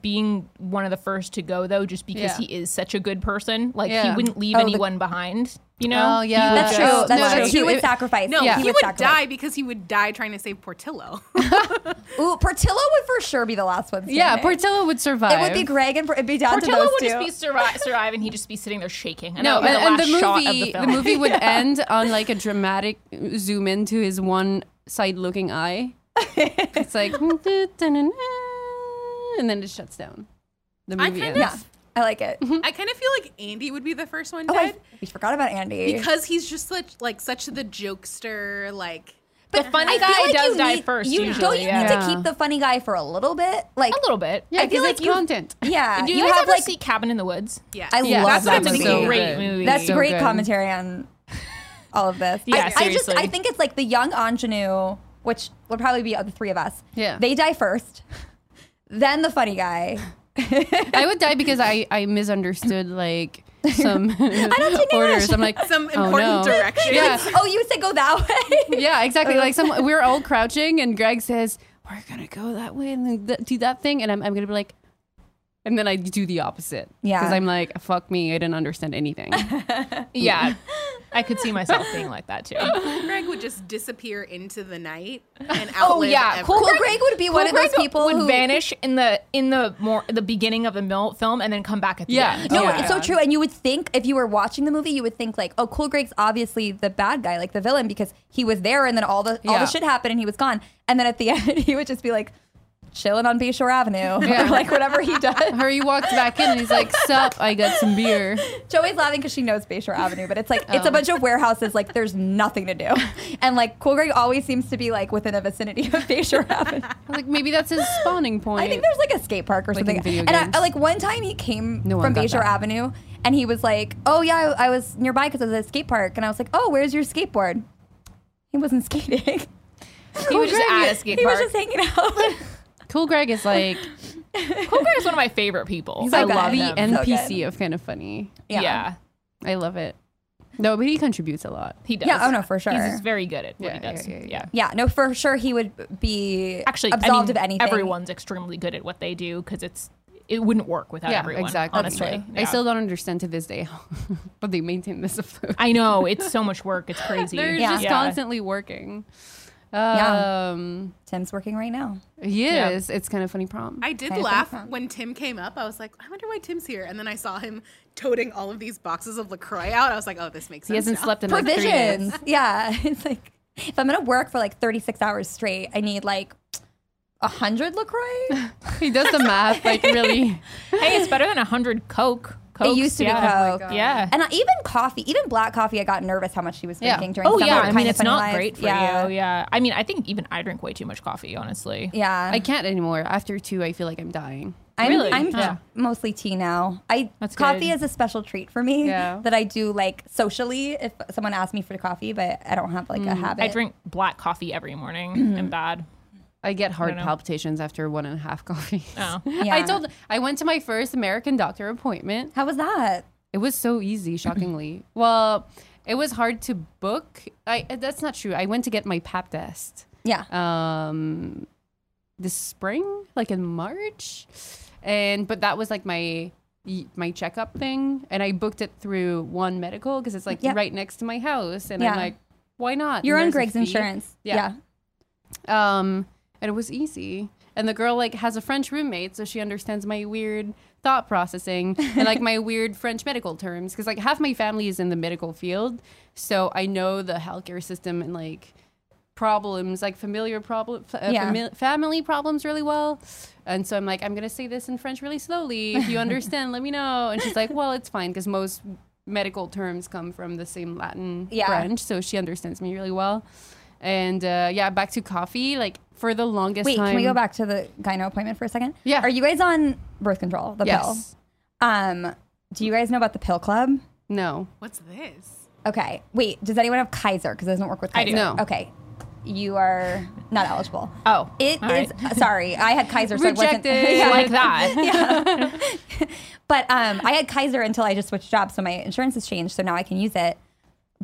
being one of the first to go though, just because
Yeah.
he is such a good person. Like
Yeah.
he wouldn't leave
Oh, the-
anyone behind. You know?
Oh, yeah.
He would
That's true.
just-
Oh,
that's
no,
true.
that's
He
true.
would
It-
sacrifice.
No,
Yeah.
he,
he
would,
would, sacrifice.
die because he would die trying to save Portillo.
Ooh, Portillo would for sure be the last one.
Yeah,
standing.
Portillo would survive.
It would be Greg and Por- it'd be down to
Portillo would
those
just
two.
be survive, survive, and he'd just be sitting there shaking. And
No,
that would
and, and
be
the,
last shot of
movie, the,
film.
movie would end on like a dramatic zoom into his one side-looking eye. it's like, "Mm, and then it shuts down. The
I
movie
kind
ends.
of-
yeah, I like it.
Mm-hmm.
I kind of feel like Andy would be the first one
Oh, I,
dead
we forgot about Andy.
because he's just such like such the jokester. Like
The funny
I feel
guy
like
does
you
die
need-
first,
You,
usually,
don't you
yeah.
need to
Yeah.
keep the funny guy for a little bit? Like
a little bit.
Yeah,
I feel
'cause
like
it's
you-
content.
Yeah,
Do you,
you,
guys
have
ever
like
see Cabin in the Woods?
yeah,
I
yeah.
love
that's what
that
I'm
movie.
thinking.
Great movie.
that's
So
great
good.
commentary on all of this.
Yeah,
I, I just
seriously.
I think it's like the young ingenue, which would probably be the three of us.
Yeah.
they die first, then the funny guy.
I would die because I, I misunderstood like some
speak
orders.
English.
I'm like
Some
"Oh,
important
no."
directions.
Yeah,
oh, you said go that way.
yeah, exactly. Like some we're all crouching, and Greg says we're gonna go that way and then th- do that thing, and I'm I'm gonna be like, and then I do the opposite.
Yeah.
because I'm like fuck me, I didn't understand anything.
Yeah. I could see myself being like that too.
Greg would just disappear into the night and outlive.
Oh yeah,
everyone.
Cool
Greg- would be one of those people
would
who-
vanish in the in the more the beginning of the mil- film and then come back at the
Yeah.
end.
No,
Oh my
it's so
God.
true. And you would think if you were watching the movie, you would think like, oh, Cool Greg's obviously the bad guy, like the villain, because he was there and then all the all
Yeah.
the shit happened and he was gone. And then at the end, he would just be like chilling on Bayshore Avenue, or like whatever he does.
Hurry walks back in, and he's like, "Sup, I got some beer."
Joey's laughing because she knows Bayshore Avenue, but it's like it's a bunch of warehouses. Like there's nothing to do, and like Cool Greg always seems to be like within a vicinity of Bayshore Avenue.
I was like maybe that's his spawning point.
I think there's like a skate park or
Like in
something.
video
and I,
games.
I- like one time he came
No one
from
got
Bayshore
that.
Avenue and he was like, "Oh yeah, I, I was nearby because of the skate park." And I was like, "Oh, where's your skateboard?" He wasn't skating.
He was just at a skate
He
park.
was just hanging out.
cool. Greg is like
Cool Greg is one of my favorite people.
He's
I
like that.
love
the
him.
end-
NPC of kind of funny.
yeah.
I love it. No, but he contributes a lot.
he does.
Yeah, oh, no, for sure.
He's just very good at what he
Yeah,
does.
yeah,
Yeah,
yeah,
yeah, no, for sure he would be
actually,
absolved
I
of
mean,
anything.
Everyone's extremely good at what they do because it's it wouldn't work without everyone.
exactly.
Honestly,
I
Yeah.
still don't understand to this day how, but they maintain this afloat.
I know it's so much work. It's crazy.
They're
Yeah.
just
Yeah.
constantly working.
Yeah.
Um,
Tim's working right now.
yes, it's kind of funny prom.
I did
Kind of
laugh
fun.
when Tim came up. I was like, I wonder why Tim's here. And then I saw him toting all of these boxes of Lacroix out. I was like, oh, this makes sense.
he hasn't
now.
slept in like three days.
Provisions. yeah, it's like if I'm gonna work for like 36 hours straight, I need like a hundred Lacroix.
He does the math like really.
hey, it's better than hundred Coke. Cokes,
it used to
yeah. Oh
be Coke.
Yeah.
And I, even coffee, even black coffee, I got nervous how much she was
Yeah.
drinking during.
Oh
summer,
yeah,
Kind
I
of
mean it's
Funny
not
Lives.
great for
yeah.
you. Yeah, I mean I think even I drink way too much coffee. Honestly,
Yeah,
I can't anymore. After two, I feel like I'm dying.
I'm,
Really?
I'm
Yeah.
mostly tea now. I
That's
coffee
good.
is a special treat for me
Yeah.
that I do like socially if someone asks me for coffee, but I don't have like a habit.
Mm. I drink black coffee every morning. I'm bad.
I get heart
know.
palpitations after one and a half coffees.
Oh.
Yeah.
I told. I went to my first American doctor appointment.
How was that?
It was so easy, shockingly. well, it was hard to book. I that's not true. I went to get my pap test
Yeah.
um this spring, like in March. And but that was like my my checkup thing and I booked it through One Medical because it's like
Yeah.
right next to my house and
Yeah.
I'm like why not?
You're
And
on
there's a
Greg's
fee.
insurance.
Yeah.
yeah.
Um, and it was easy. And the girl like has a French roommate, so she understands my weird thought processing and like my weird French medical terms. Because like half my family is in the medical field, so I know the healthcare system and like problems, like familiar problem, f- uh,
Yeah.
fami- family problems really well. And so I'm like, I'm gonna say this in French really slowly. If you understand, let me know. And she's like, Well, it's fine because most medical terms come from the same Latin
Yeah.
French, so she understands me really well. And uh, yeah, back to coffee. Like for the longest
Wait,
time.
can we go back to the gyno appointment for a second?
Yeah.
Are you guys on birth control, the pill?
Yes.
Um, do you guys know about the pill club?
No.
What's this?
Okay. Wait, does anyone have Kaiser? Because it doesn't work with Kaiser.
do.
No.
Okay. You are not eligible.
Oh,
It
all
is sorry. I had Kaiser, so I wasn't.
Rejected.
right. like that.
But um, I had Kaiser until I just switched jobs, so my insurance has changed, so now I can use it.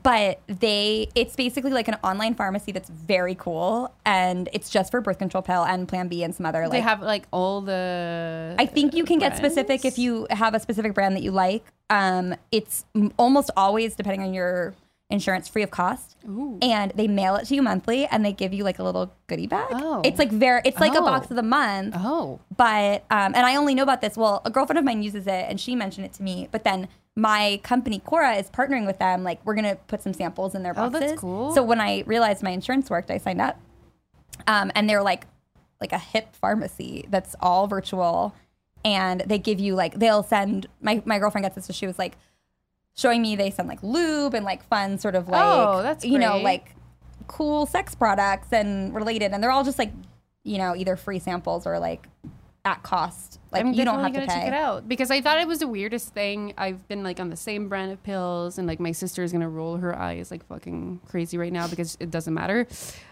But they, it's basically like an online pharmacy that's very cool, and it's just for birth control pill and Plan B and some other like
they have like all the.
I think you can get specific if you have a specific brand that you like. Um, it's m- almost always, depending on your insurance, free of cost, and they mail it to you monthly, and they give you like a little goodie bag.
Oh.
It's like very, it's like a
Oh.
box of the month.
Oh.
But um, and I only know about this. Well, a girlfriend of mine uses it, and she mentioned it to me. But then my company Cora is partnering with them. Like we're gonna put some samples in their
Oh,
boxes.
that's cool.
So when I realized my insurance worked, I signed up. Um, and they're like like a hip pharmacy that's all virtual, and they give you like they'll send my my girlfriend gets this, so she was like showing me they send like lube and like fun sort of like
Oh, that's
you know
great.
like cool sex products and related, and they're all just like you know either free samples or like at cost. Like
I'm
you don't
definitely
have to
gonna
pay.
check it out because I thought it was the weirdest thing. I've been like on the same brand of pills, and like my sister is gonna roll her eyes like fucking crazy right now because it doesn't matter.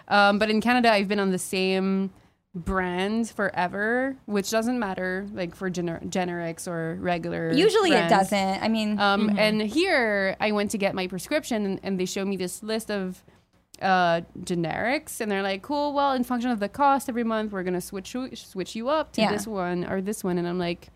Um, but in Canada, I've been on the same brand forever, which doesn't matter like for gener- generics or regular.
Usually it
brands.
doesn't. I mean,
Um, And here, I went to get my prescription, and, and they show me this list of uh, generics, and they're like, "Cool, well, in function of the cost every month, we're gonna switch you, switch you up to
Yeah.
this one or this one." And I'm like,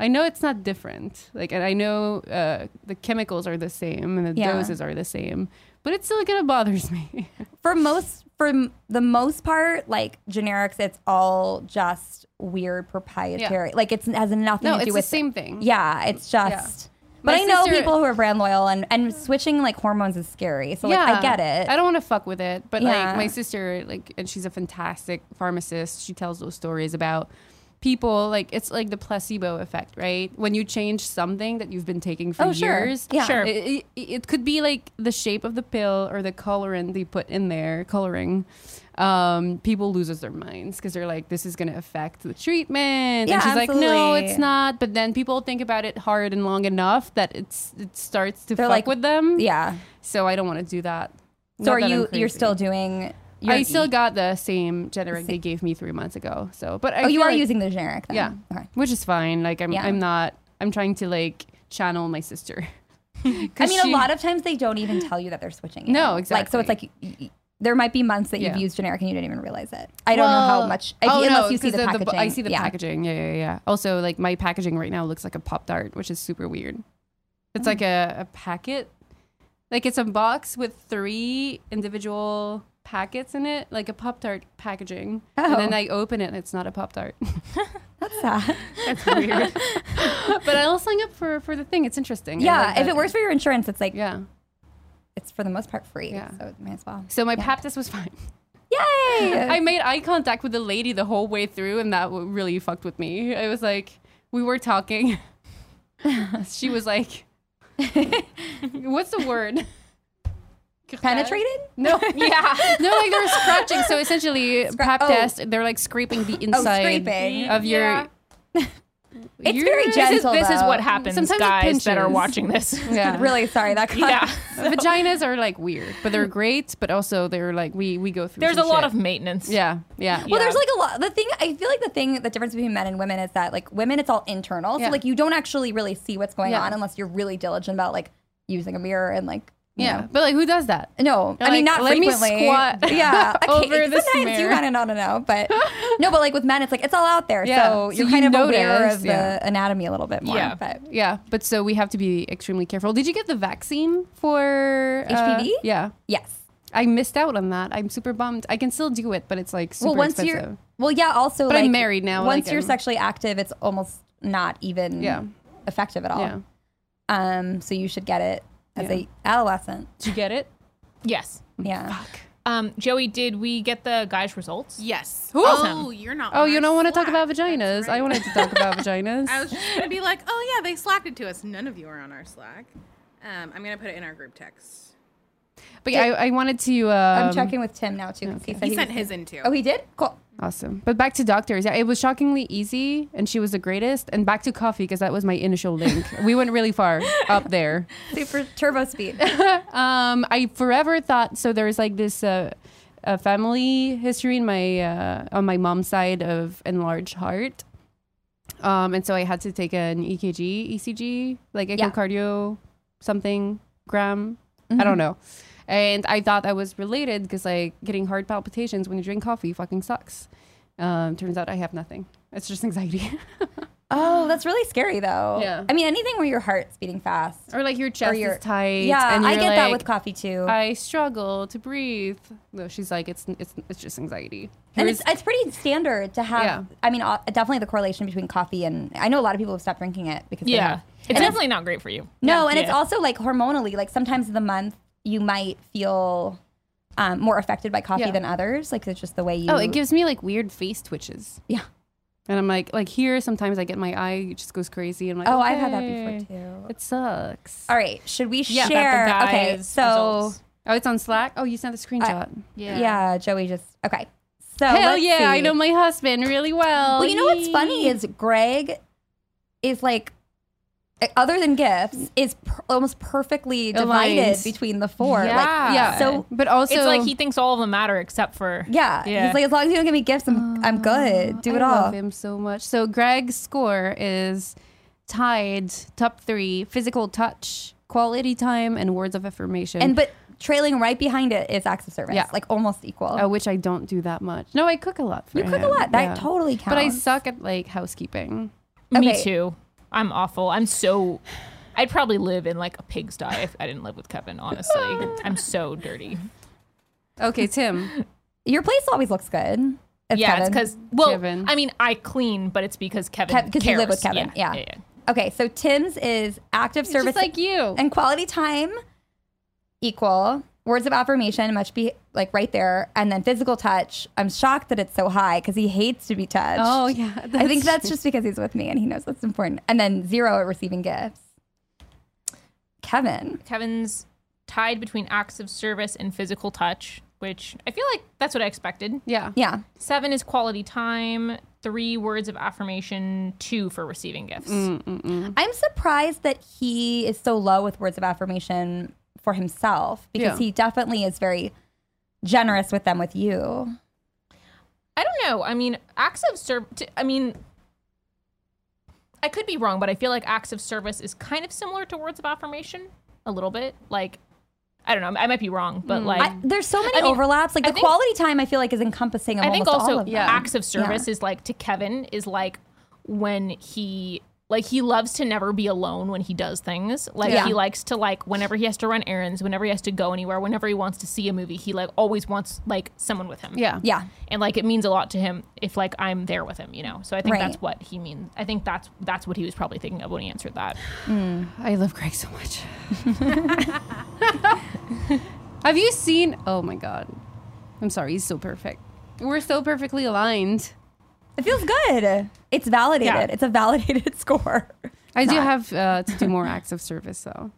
"I know it's not different. Like, and I know uh, the chemicals are the same and the
Yeah.
doses are the same, but it's still gonna bothers me."
for most for m- the most part, like generics, it's all just weird proprietary. Like it's, it has nothing
no,
to
it's
do
the
with
same thing.
Yeah, it's just. But
My
I know
sister-
people who are brand loyal and, and switching like hormones is scary. So like I get it.
I don't want to fuck with it, but
Yeah.
like my sister, like, and she's a fantastic pharmacist. She tells those stories about people. Like it's like the placebo effect, right? When you change something that you've been taking for
Oh, sure.
years,
Yeah.
Sure.
It, it, it could be like the shape of the pill or the colorant they put in there, coloring. Um, people loses their minds because they're like, this is going to affect the treatment.
Yeah,
and she's like, no,
absolutely.
it's not. But then people think about it hard and long enough that it's it starts to
They're
fuck
like-
with them.
yeah.
So I don't want to do that.
So
Not
are
that I'm
you? You're
crazy.
still doing? You're, oh,
I still got the same generic they gave me three months ago. So, but I
Oh, you
feel
are
like-
using the generic. Then.
yeah,
Okay.
which is fine. Like I'm,
Yeah.
I'm not. I'm trying to like channel my sister.
I mean, a lot of times they don't even tell you that they're switching. it.
No,
Like so, it's like.
exactly.
y- y- There might be months that
Yeah.
you've used generic and you didn't even realize it. I don't know how much, if,
oh,
unless
no,
you see
'cause
the,
bu-
packaging.
I see the
yeah.
packaging. Yeah, yeah, yeah. Also, like my packaging right now looks like a pop tart, which is super weird.
Mm.
It's like a, a packet, like it's a box with three individual packets in it, like a pop tart packaging.
Oh.
And then I open it, and it's not a pop tart.
That's sad.
That's weird.
but I'll sign up for for the thing. It's interesting. I
yeah,
like
if
that.
it works for your insurance, it's like
Yeah.
it's for the most part free.
Yeah.
So it may as well.
So my
Yeah.
pap test was fine.
Yay!
I made eye contact with the lady the whole way through, and that w- really fucked with me. I was like, we were talking. she was like, what's the word?
penetrated.
No, yeah, no, like they're scratching. So essentially, pap
oh.
test, they're like scraping the
Oh,
inside
scraping.
of your
Yeah.
It's very gentle.
This is
though.
what happens,
Sometimes it
guys that are
pinches.
watching this.
Yeah.
Really sorry that. Got
yeah.
Vaginas are like weird, but they're great. But also they're like we we go through.
There's a
some
lot
shit.
of maintenance.
yeah yeah.
Yeah.
Well, there's like a lot. The thing I feel like the thing, the difference between men and women is that like women, it's all internal.
Yeah.
So like you don't actually really see what's going
Yeah.
on unless you're really diligent about like using a mirror and like you
Yeah,
know.
but like who does that?
No,
You're
I mean
like,
not
"Let me
frequently.
squat
yeah,
over
okay,
this
sometimes you
mirror.
kind of don't know, but no, but like with men, it's like it's all out there,
Yeah,
so
so
you're
you
kind of aware
notice,
of
yeah.
the anatomy a little bit more.
Yeah.
but
Yeah, but so we have to be extremely careful. Did you get the vaccine for uh,
HPV?
yeah,
yes.
I missed out on that. I'm super bummed. I can still do it, but it's like super
well, once
expensive.
you're well, yeah. Also,
But I'm
like,
married now,
Once
like,
you're
I'm-
sexually active, it's almost not even
Yeah.
effective at all.
Yeah.
Um, so you should get it as
Yeah.
a adolescent.
Did you get it?
Yes.
Yeah.
Um, Joey, did we get the guys' results?
Yes.
Awesome.
Oh, you're not.
Oh, you
on
don't want to talk
Slack.
about vaginas.
That's
I
right.
wanted to talk about vaginas.
I was just gonna be like, oh yeah, they slacked it to us. None of you are on our Slack. Um, I'm gonna put it in our group text.
but yeah, I, I wanted to. Um,
I'm checking with Tim now too. 'cause He, said
He
he
sent
was-
his in too.
Oh, he did. Cool.
Awesome. But back to doctors. Yeah, it was shockingly easy, and she was the greatest. And back to coffee because that was my initial link. we went really far up there.
Super turbo speed.
Um, I forever thought so. There's like this uh, uh, family history in my uh, on my mom's side of enlarged heart, um, and so I had to take an E EKG, ECG, like
Yeah.
echocardio, something gram. I don't know. And I thought that was related because like getting heart palpitations when you drink coffee fucking sucks. Um, turns out I have nothing. It's just anxiety,
Oh, that's really scary though.
Yeah.
I mean, anything where your heart's beating fast
or like your chest
your
is tight.
Yeah,
and
I
you're
get that
like,
with coffee too.
I struggle to breathe. No, she's like, it's it's it's just anxiety.
and
Here's-
it's, it's pretty standard to have.
Yeah.
I mean, uh, definitely the correlation between coffee and I know a lot of people have stopped drinking it because they
Yeah.
have-
It's definitely not great for you.
No,
Yeah.
and it's
Yeah.
also like hormonally. Like sometimes in the month you might feel um, more affected by coffee
Yeah.
than others. Like it's just the way you.
oh, it gives me like weird face twitches,
Yeah.
and I'm like, like here sometimes I get my eye just goes crazy. I'm like,
Oh, I've had that
"Okay,
before too.
It sucks.
All right, should we
Yeah, about the
share? okay,
guys'
so
results.
Oh, it's on Slack. Oh, you sent the screenshot.
yeah. Joey just okay. So
Hell
let's
yeah, I
see.
know my husband really well.
Well, you know what's funny is Greg is like, eh, other than gifts, is per- almost perfectly divided
Aligned.
between the four.
Yeah.
Like,
yeah.
So-
So, but also,
it's like he thinks all of them matter except for
yeah.
Yeah.
He's like, as long as you don't give me gifts, I'm, I'm good. Do
Oh, I
it all.
love him so much. So Greg's score is tied top three: physical touch, quality time, and words of affirmation.
And but trailing right behind it is acts of service.
Yeah.
Like almost equal.
uh, which I don't do that much. No, I cook a lot. For
Oh. you cook a
him.
lot. That
Yeah.
totally counts.
But I suck at like housekeeping.
me
Okay.
too. I'm awful. I'm so. I'd probably live in like a pigsty if I didn't live with Kevin. Honestly, I'm so dirty.
Okay, Tim.
Your place always looks good. It's
yeah,
Kevin.
it's because well,
Kevin.
I mean, I clean, but it's because Kevin.
Kev- 'cause you live
cares.
with Kevin. Yeah.
yeah, yeah.
Okay, so Tim's is active service
Just like you.
and quality time equal words of affirmation must be like right there and then physical touch i'm shocked that it's so high because he hates to be touched
oh yeah.
i think that's just because he's with me and he knows that's important and then zero at receiving gifts kevin
Kevin's tied between acts of service and physical touch, which I feel like that's what I expected.
yeah.
yeah
Seven is quality time. Three words of affirmation. Two for receiving gifts.
Mm. i'm surprised that he is so low with words of affirmation for himself because
Yeah.
he definitely is very generous with them with you
I don't know. I mean, acts of service. I mean, I could be wrong, but I feel like acts of service is kind of similar to words of affirmation a little bit. Like, I don't know. I might be wrong, but like,
I,
I,
there's so many
I mean,
overlaps like
I
the
think-
quality time i feel like is encompassing of almost
think
all
also
of them.
acts of service is like to Kevin is like when he like he loves to never be alone when he does things. Like
Yeah.
he likes to like whenever he has to run errands, whenever he has to go anywhere, whenever he wants to see a movie, he like always wants like someone with him.
Yeah.
yeah
and like it means a lot to him if like I'm there with him, you know. So I think
Right.
that's what he means. I think that's that's what he was probably thinking of when he answered that.
I love Greg so much. Have you seen? Oh my god. I'm sorry. He's so perfect. We're so perfectly aligned.
It feels good. It's validated.
Yeah.
It's a validated score.
I do have uh, to do more acts of service though.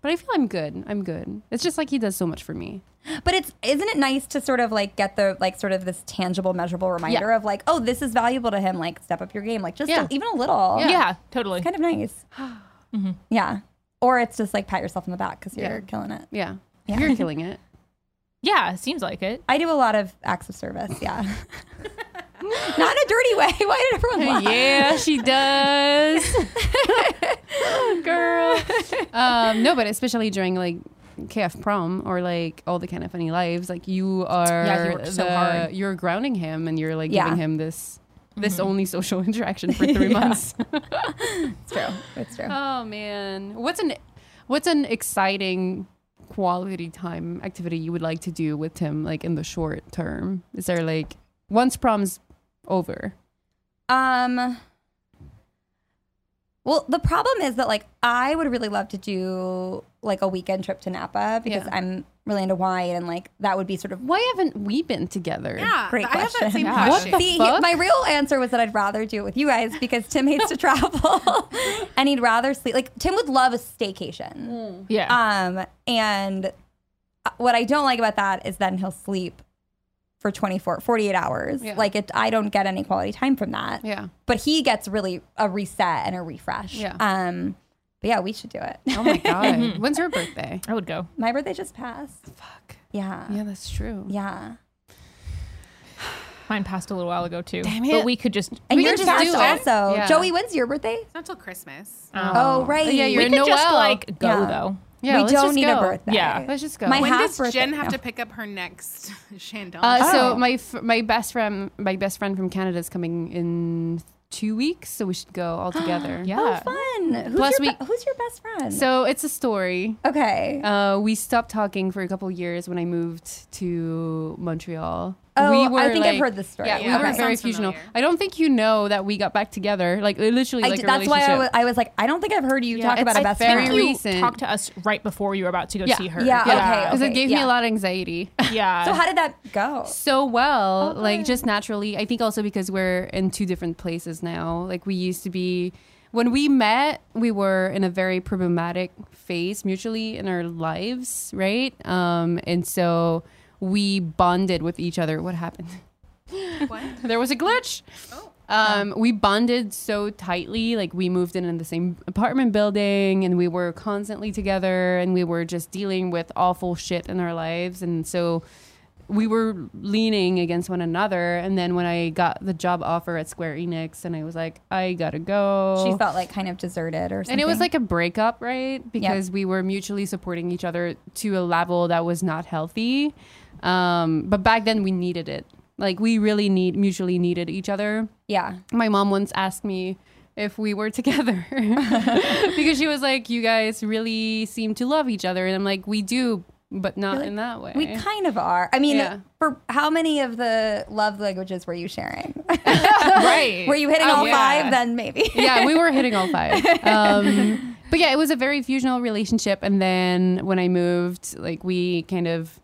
But I feel I'm good. I'm good. It's just like he does so much for me.
But it's isn't it nice to sort of like get the like sort of this tangible, measurable reminder of like, oh, this is valuable to him. Like, step up your game. Like, just
Yeah.
even a little.
Yeah, totally.
It's kind of nice. Yeah. Or it's just like pat yourself on the back because you're killing it.
Yeah.
Yeah.
You're killing it.
yeah, seems like it.
I do a lot of acts of service. Yeah. Not in a dirty way. Why did everyone laugh?
Yeah, she does.
Girl. um, no, but especially during like KF prom or like all the kind of funny lives, like you are
Yeah, he worked so
the-
hard. Mm-hmm.
You're grounding him and you're like
Yeah.
giving him this this only social interaction for three months.
It's true. It's true.
Oh man, what's an what's an exciting quality time activity you would like to do with Tim, like in the short term? Is there like once prom's over?
Um. Well, the problem is that like I would really love to do like a weekend trip to Napa because
Yeah.
I'm really into wine and like that would be sort of
Why haven't we been together?
Yeah,
Great
I have that
question.
same
Yeah. What
question.
the
See, he-
fuck?
my real answer was that I'd rather do it with you guys because Tim hates to travel and he'd rather sleep. Like Tim would love a staycation.
Yeah.
Um, and uh, what I don't like about that is then he'll sleep for 24, 48 hours.
Yeah.
Like it, I don't get any quality time from that.
Yeah.
But he gets really a reset and a refresh.
Yeah.
Um, but yeah, we should do it.
Oh my god. When's her birthday?
I would go.
my birthday just passed.
Fuck.
Yeah. Yeah.
Yeah, that's true.
Mine passed a little while ago too.
Damn it.
But we could just. um,
And
We
yours
could
passed
just do it.
also.
Yeah.
Joey, when's your birthday?
It's not till Christmas.
Oh, right.
Yeah,
We
you're
could just
Noel.
like go
Yeah.
though.
Yeah,
we
let's
don't
just
need a
go.
birthday.
Yeah.
Let's just go.
My
When does
half-birthday-
Jen have
no.
to pick up her next chandelier?
Uh,
Oh.
So my f- my best friend my best friend from Canada is coming in two weeks, so we should go all together.
Yeah.
Oh, Fun. Who's,
Plus
your, be-
we-
who's your best friend?
So it's a story.
okay.
Uh, we stopped talking for a couple years when I moved to Montreal.
Oh,
uh, we
I think I've heard this story.
Yeah, we
Yeah.
were
Okay.
very
Sounds
fusional.
familiar.
I don't think you know that we got back together. Like literally,
I
like
did-
a
that's why I
relationship.
was, I was like, I don't think I've heard you talk
it's-
about a
I
best
very
friend.
You
recent.
talked to us right before you were about to go
Yeah.
see her.
Yeah, uh, okay,
because
okay,
it gave me
yeah.
a lot of anxiety.
Yeah.
So how did that go?
so well
Oh,
like
good.
just naturally i think also because we're in two different places now like we used to be when we met we were in a very problematic phase mutually in our lives right um and so we bonded with each other what happened
What?
there was a glitch
Oh.
um, we bonded so tightly like we moved in in the same apartment building and we were constantly together and we were just dealing with awful shit in our lives and so we were leaning against one another and then when i got the job offer at square enix and i was like i gotta go
She felt like kind of deserted or something.
and it was like a breakup, right? Because we were mutually supporting each other to a level that was not healthy. Um, but back then we needed it. Like we really need mutually needed each other.
yeah,
My mom once asked me if we were together because she was like, "You guys really seem to love each other," and I'm like, "We do, but not
like,
in that way."
we kind of are. I mean,
Yeah.
for how many of the love languages were you sharing?
right.
were you hitting all
yeah.
five? Then maybe.
Oh, yeah, we were hitting all five. Um, but yeah, it was a very fusional relationship. And then when I moved, like we kind of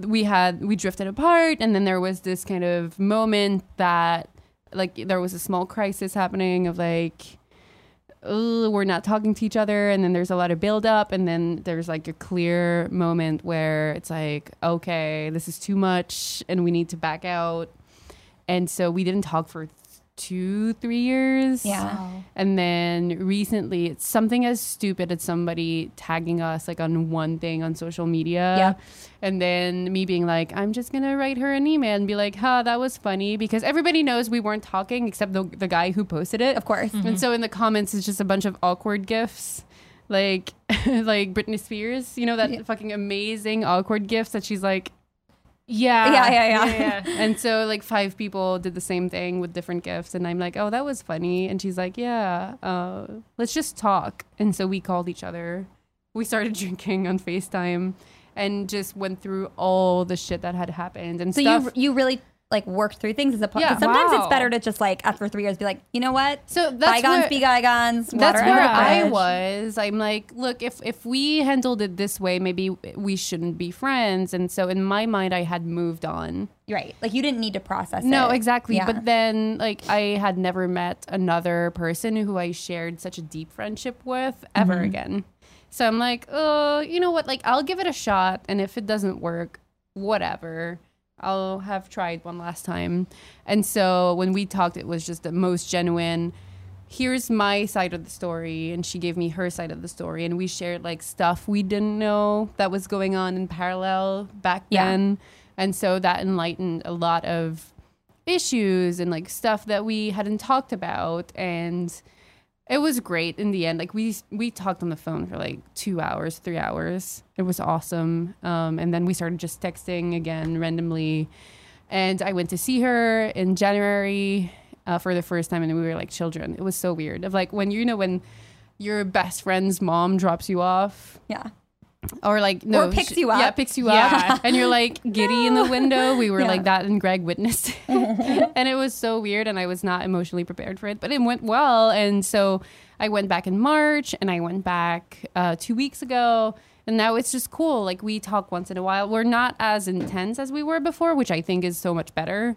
we had we drifted apart, and then there was this kind of moment that like there was a small crisis happening of like. "Ugh, we're not talking to each other and then there's a lot of build up and then there's like a clear moment where it's like okay this is too much and we need to back out and so we didn't talk for two three years
Yeah.
and then recently, it's something as stupid as somebody tagging us like on one thing on social media.
Yeah.
And then me being like, I'm just going to write her an email and be like, huh, that was funny. Because everybody knows we weren't talking except the, the guy who posted it.
Of course.
And so in the comments, it's just a bunch of awkward gifs. Like, like Britney Spears, you know that fucking amazing awkward gifts that she's like,
Yeah.
Yeah, yeah, yeah.
and so like five people did the same thing with different gifts and i'm like oh that was funny and she's like yeah uh, let's just talk and so we called each other we started drinking on facetime and just went through all the shit that had happened and
So
stuff
you you really like worked through things as a
Yeah.
yeah. Sometimes it's
Wow.
better to just like after three years be like, you know what?
so that's
bygones
where-
be bygones.
that's
water
where
under the
I
bridge.
was. I'm like, look, if if we handled it this way, maybe we shouldn't be friends. And so in my mind, I had moved on.
Right. Like you didn't need to process it.
No, exactly.
Yeah.
But then, like, I had
Mm-hmm.
never met another person who I shared such a deep friendship with ever again. So I'm like, oh, you know what? Like, I'll give it a shot. And if it doesn't work, whatever. I'll have tried one last time. And so when we talked, it was just the most genuine. Here's my side of the story. And she gave me her side of the story. And we shared like stuff we didn't know that was going on in parallel back
Yeah.
then. And so that enlightened a lot of issues and like stuff that we hadn't talked about. And it was great in the end. Like we we talked on the phone for like two hours, three hours. It was awesome. Um, and then we started just texting again randomly. And I went to see her in January uh, for the first time, and we were like children. It was so weird. Of like when you know when your best friend's mom drops you off,
Yeah.
or like no,
Or picks
she-
you
Yeah,
up.
picks you
Yeah.
up, and you're like giddy in the window. We were
Yeah.
like that, and Greg witnessed, it. and it was so weird, and I was not emotionally prepared for it, but it went well, and so I went back in March, and I went back uh, two weeks ago. And now it's just cool. Like we talk once in a while. We're not as intense as we were before, which I think is so much better.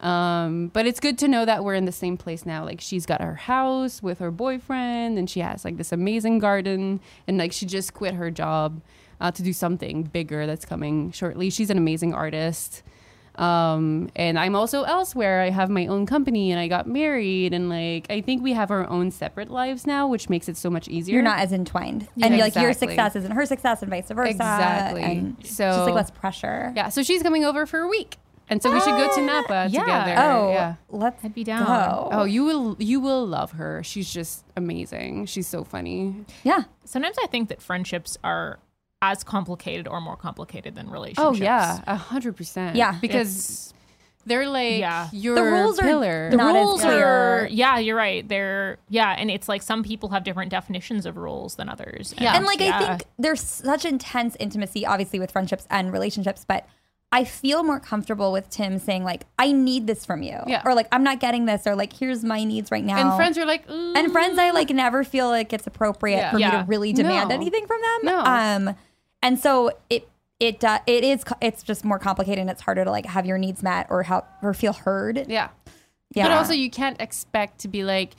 Um, but it's good to know that we're in the same place now. Like she's got her house with her boyfriend, and she has like this amazing garden, and like she just quit her job uh, to do something bigger that's coming shortly. She's an amazing artist, um, and I'm also elsewhere. I have my own company, and I got married, and like I think we have our own separate lives now, which makes it so much easier.
You're not as entwined. and like your
Exactly.
success isn't her success and vice versa.
Exactly.
And it's just
So-
like less pressure.
yeah. So she's coming over for a week, and so we should go to Napa
yeah.
together.
Oh,
yeah.
let's
I'd be down.
go.
Oh, you will you will love her. She's just amazing. She's so funny.
yeah.
Sometimes I think that friendships are as complicated or more complicated than relationships.
Oh yeah, a hundred percent.
Yeah.
because they're like
Yeah.
your
The rules are
pillar.
the not as
rules
clear.
are yeah you're right they're yeah and it's like some people have different definitions of rules than others
Yeah.
And like I think there's such intense intimacy, obviously, with friendships and relationships, but I feel more comfortable with Tim saying like, "I need this from you,"
Yeah.
or like, "I'm not getting this," or like, "Here's my needs right now."
and friends are like, Ooh.
and friends, I like never feel like it's appropriate
Yeah.
for me
Yeah.
to really demand
No.
anything from them.
No.
Um, and so it it uh, it is co- it's just more complicated, and it's harder to like have your needs met or help or feel heard.
yeah.
Yeah.
But also, you can't expect to be like,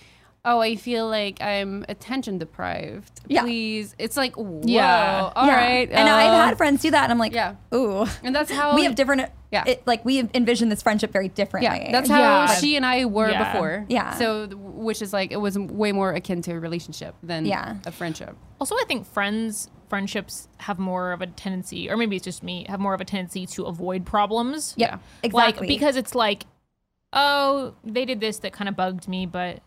oh, I feel like I'm attention deprived.
Yeah.
Please, it's like, whoa,
Yeah.
all
Yeah.
right.
And I've
uh,
had friends do that, and I'm like,
yeah.
yeah, ooh.
and that's how
we have different,
Yeah.
yeah. It, like we envision this friendship very differently.
Yeah, that's how
Yeah.
she and I were
Yeah.
before.
Yeah.
So, th- which is like it was way more akin to a relationship than
Yeah.
a friendship.
also i think friends friendships have more of a tendency or maybe it's just me have more of a tendency to avoid problems
Yep,
Yeah.
exactly.
like because it's like oh they did this that kind of bugged me but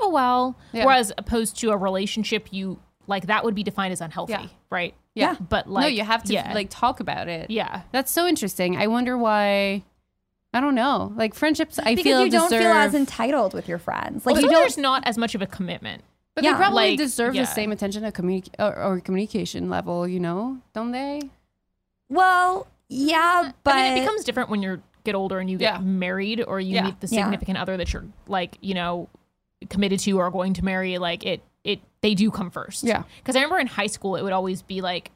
oh well
Yeah.
whereas opposed to a relationship you like that would be defined as unhealthy
Yeah.
right
Yeah.
but like
no, you have to
yeah.
like talk about it.
yeah
That's so interesting. I wonder why. I don't know. Like friendships, I
because
feel
you don't feel
deserve-
as entitled with your friends. Like
also,
you don't.
there's not as much of a commitment
but they
Yeah.
probably
Like,
deserve
yeah.
the same attention at communi- or, or communication level. You know, don't they?
Well, yeah, but
but it becomes different when you get older and you get
Yeah.
married or you
Yeah.
meet the
Yeah.
significant other that you're like you know committed to or going to marry like it it they do come first
Yeah.
because i remember in high school it would always be like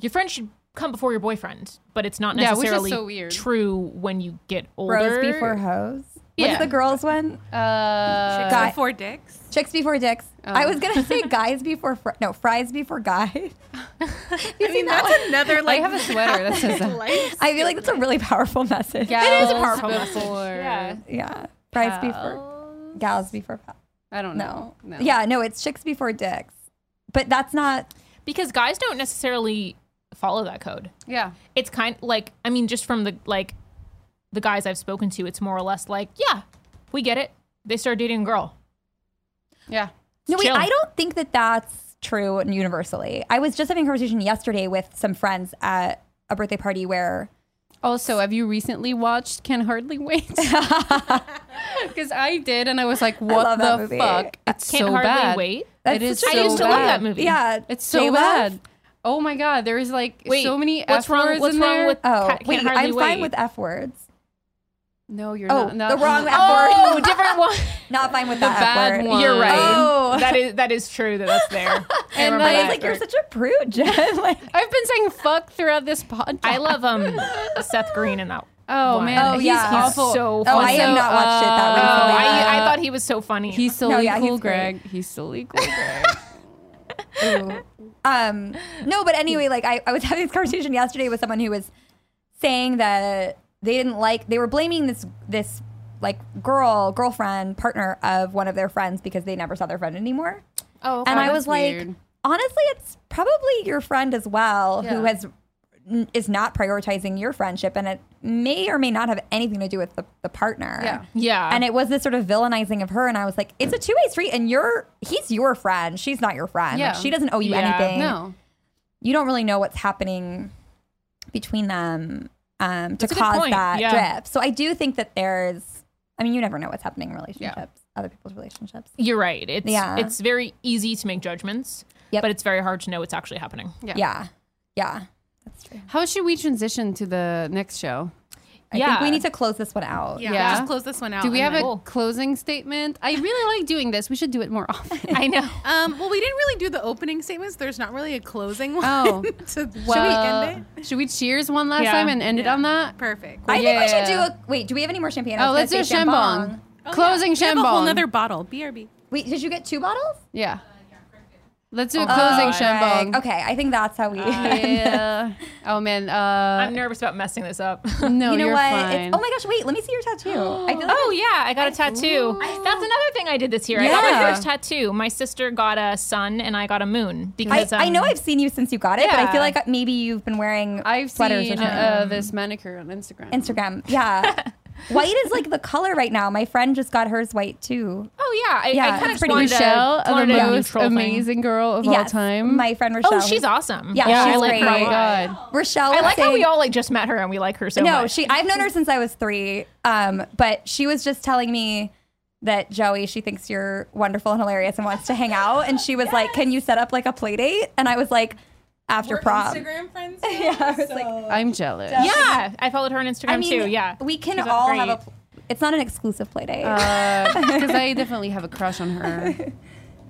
your friend should come before your boyfriend but it's not
Yeah, which is
necessarily
so weird.
true when you get older
bros before hoes.
Yeah.
What's the girls one?
Uh,
Guy-
Four dicks.
Chicks before dicks. I was gonna say guys before fr- no fries before guys.
I mean, that's another like.
have a sweater that says that.
life
I feel like that's a really powerful message.
Gals
a powerful message.
before-
Yeah.
Yeah, fries before gals before pals.
I don't know.
No. Yeah, no, it's chicks before dicks. But that's not.
because guys don't necessarily follow that code
Yeah.
it's kind like I mean, just from the like the guys I've spoken to, it's more or less like, yeah, we get it. They start dating a girl.
Yeah.
No, wait,
Chill.
I don't think that that's true and universally. I was just having a conversation yesterday with some friends at a birthday party where
Also, have you recently watched Can Hardly Wait? Because I did, and I was like, "What
love that
the
movie.
fuck? It's
Can't
so
hardly
bad.
wait.
That's
It is.
such
I
So
used to love
bad.
that movie.
Yeah,
It's so
J-Lo?
bad. Oh my god, there's like
Wait,
so many
what's
F
wrong-
words
what's
in
wrong
there.
with-
Oh,
Can't- can't
wait,
hardly
I'm fine
wait.
with F words.
no, you're
Oh,
not, not
the wrong F
Oh,
word.
different one.
Not fine with that
bad
F word.
one.
You're right.
Oh.
That is that is true that that's there.
And
and
I
like-
was like, you're such a prude, Jen. like,
I've been saying fuck throughout this podcast.
I love um Seth Green in that.
Oh
one.
man,
Oh,
he's uh,
yeah. He's
awful.
so
oh, I
funny.
have not watched it that
Oh,
recently.
I, I thought he was so funny.
he's still
No, yeah,
cool,
he's great.
Greg. He's still cool, Greg.
Ooh, Um, no, but anyway, like I, I was having this conversation yesterday with someone who was saying that they didn't like they were blaming this this like girl girlfriend partner of one of their friends because they never saw their friend anymore.
Oh,
and I
that's
was like,
weird.
honestly, it's probably your friend as well who
Yeah.
has n- is not prioritizing your friendship, and it may or may not have anything to do with the, the partner.
Yeah.
Yeah.
And it was this sort of villainizing of her, and I was like, it's a two way street, and you're he's your friend, she's not your friend. Like,
Yeah.
she doesn't owe you
Yeah.
anything.
no.
You don't really know what's happening between them um, to
That's a good
cause
point.
that
Yeah.
drift. So I do think that there's. I mean, you never know what's happening in relationships, other people's relationships.
You're right. It's
Yeah.
it's very easy to make judgments,
Yep.
but it's very hard to know what's actually happening.
Yeah.
Yeah. Yeah. That's true.
How should we transition to the next show?
I
Yeah.
think we need to close this one out.
Yeah.
Yeah.
Just close this one out.
Do we
and
have
then-
a closing statement? I really like doing this. We should do it more often.
I know.
Um, well, we didn't really do the opening statements. There's not really a closing one.
Oh.
to,
Well,
should we end it?
Should we cheers one last
Yeah.
time and end it on that?
Perfect.
I think we should do
Yeah.
a wait. Do we have any more champagne? I
Oh,
was
let's do
gonna say
shambong. Closing
Oh, We have a whole
shambong.
nother bottle. BRB.
Wait, did you get two bottles?
yeah. Let's
Oh,
do a closing
Right.
shambong.
Okay, I think that's how we.
Yeah. Oh man. Uh,
I'm nervous about messing this up.
no,
you know
are
what?
fine.
It's, oh my gosh! Wait, let me see your tattoo. I feel like
Oh yeah, I got a tattoo. That's another thing I did this year. I got my
Yeah.
first tattoo. My sister got a sun and I got a moon
I,
because
I
um,
know I've seen you since you got it, but I feel
Yeah.
like maybe you've been wearing
I've
sweaters
seen
or something.
uh, this manicure on Instagram.
Instagram. Yeah, white is like the color right now. My friend just got hers white too.
Oh yeah, I,
Yeah,
I kind
it's
of
pretty-
wanted to-
Michelle, the
wanted to
most
neutral thing.
amazing girl of all
Yes,
time.
My friend Rochelle.
Oh, she's awesome.
Yeah,
I
she's
like
great. Oh
her a
my
lot.
God.
Rochelle.
I
was
like how we
saying-
all like just met her and we like her so
no,
much.
she. I've known her since I was three. Um, but she was just telling me that Joey, she thinks you're wonderful and hilarious and wants to hang out. And she was like, "Can you set up like a play date?" And I was like, "After prom."
Instagram friends.
Yeah, I was like,
I'm jealous.
yeah, I followed her on Instagram
I mean,
too. Yeah,
we can
She's
all have
great. Uh,
a. pl- It's not an exclusive play date.
Because Uh, I definitely have a crush on her.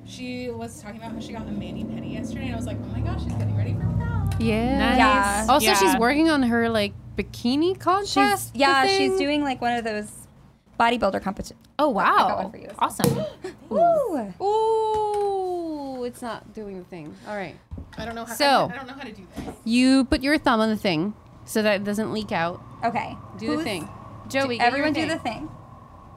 She was talking about how she got a mani petty yesterday, and I was like, oh my gosh, she's getting ready for prom.
Yeah.
Nice.
Yeah.
Also,
Yeah.
she's working on her like bikini contest.
she's, yeah,
thing.
she's doing like one of those bodybuilder competitions.
Oh
I got one
wow,
for you.
awesome.
Ooh.
Ooh, it's not doing the thing. All right.
I don't know how.
So-
I don't know how to do this.
You put your thumb on the thing so that it doesn't leak out.
Okay.
Do the
Who's-
thing. Joey, get
Everyone
your
do
thing.
the thing.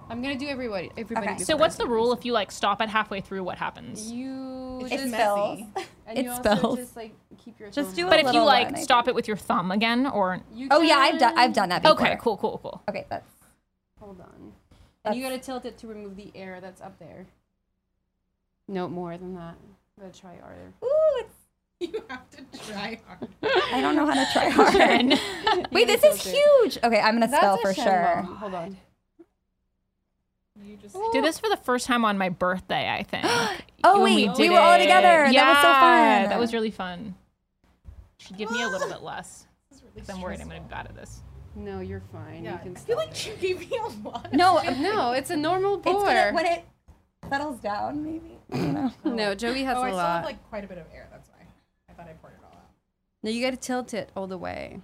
I'm gonna do everybody. Everybody.
Okay.
do
So
first.
what's the rule if you like stop at halfway through? What happens?
You
It's
It
just
messy.
spills.
and
it
you also
spells.
Just like keep your
Just
thumb up.
do a
But if you
little
like
one, I
stop
think.
it with your thumb again, or
You
Oh yeah, I've done.
can-
I've done that. Before.
okay, cool, cool, cool.
Okay, that's
Hold on. And
That's-
you gotta tilt it to remove the air that's up there. No more than that. I'm gonna try harder.
Ooh, it's,
You have to try hard.
I don't know how to try hard.
And
Wait, this is huge. Okay, I'm gonna spell for
shame
sure.
bomb. Hold on.
did this for the first time on my birthday, I think.
Oh
When
wait, we,
did
were all
it.
together.
Yeah,
That was so fun.
That was really fun. Should give me a little bit less. Because I'm worried I'm going to be bad at this.
No, you're fine. You can
I
stop.
feel like you gave me a lot.
no.
No, it's a normal
It's gonna,
pour.
when it settles down, maybe. You know.
no, Joey has
Oh, I
a
still
lot.
have like quite a bit of air. That's why I thought I poured it all out.
no, you gotta tilt it all the way.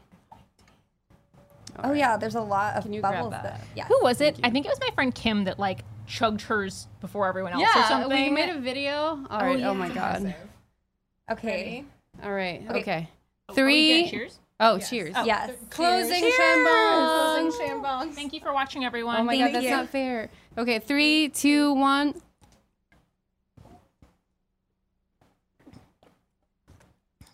Oh yeah, there's a lot of
you grab
bubbles.
that?
That, yeah.
Who was it? I think it was my friend Kim that like chugged hers before everyone else or
Yeah,
something.
we made a video. All right. Oh, my god.
Okay.
All right.
Okay.
Okay.
Oh, are we doing
Three.
cheers.
Oh, cheers.
Yes.
Closing
Cheers.
shambong.
Closing shambong.
Thank you for watching, everyone.
Oh my
Thank
god, that's
you.
not fair. Okay, three, two, one.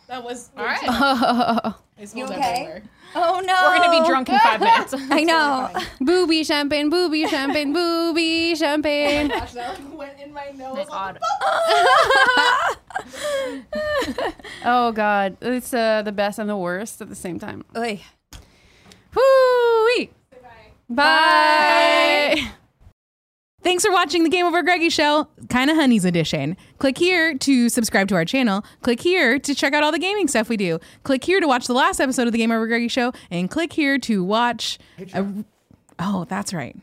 That was
All right.
It's
You
all
okay?
over.
Oh no.
We're going to be drunk in five minutes.
I know.
Booby champagne, booby champagne, booby champagne.
Oh Gosh, that like, went in my nose.
my God.
Oh god, it's uh, the best and the worst at the same time.
Oy.
Woo-wee. Bye.
Thanks for watching the Game Over Greggy Show, Kinda Honey's edition. Click here to subscribe to our channel. Click here to check out all the gaming stuff we do. Click here to watch the last episode of the Game Over Greggy Show, and click here to watch. a- oh, that's right.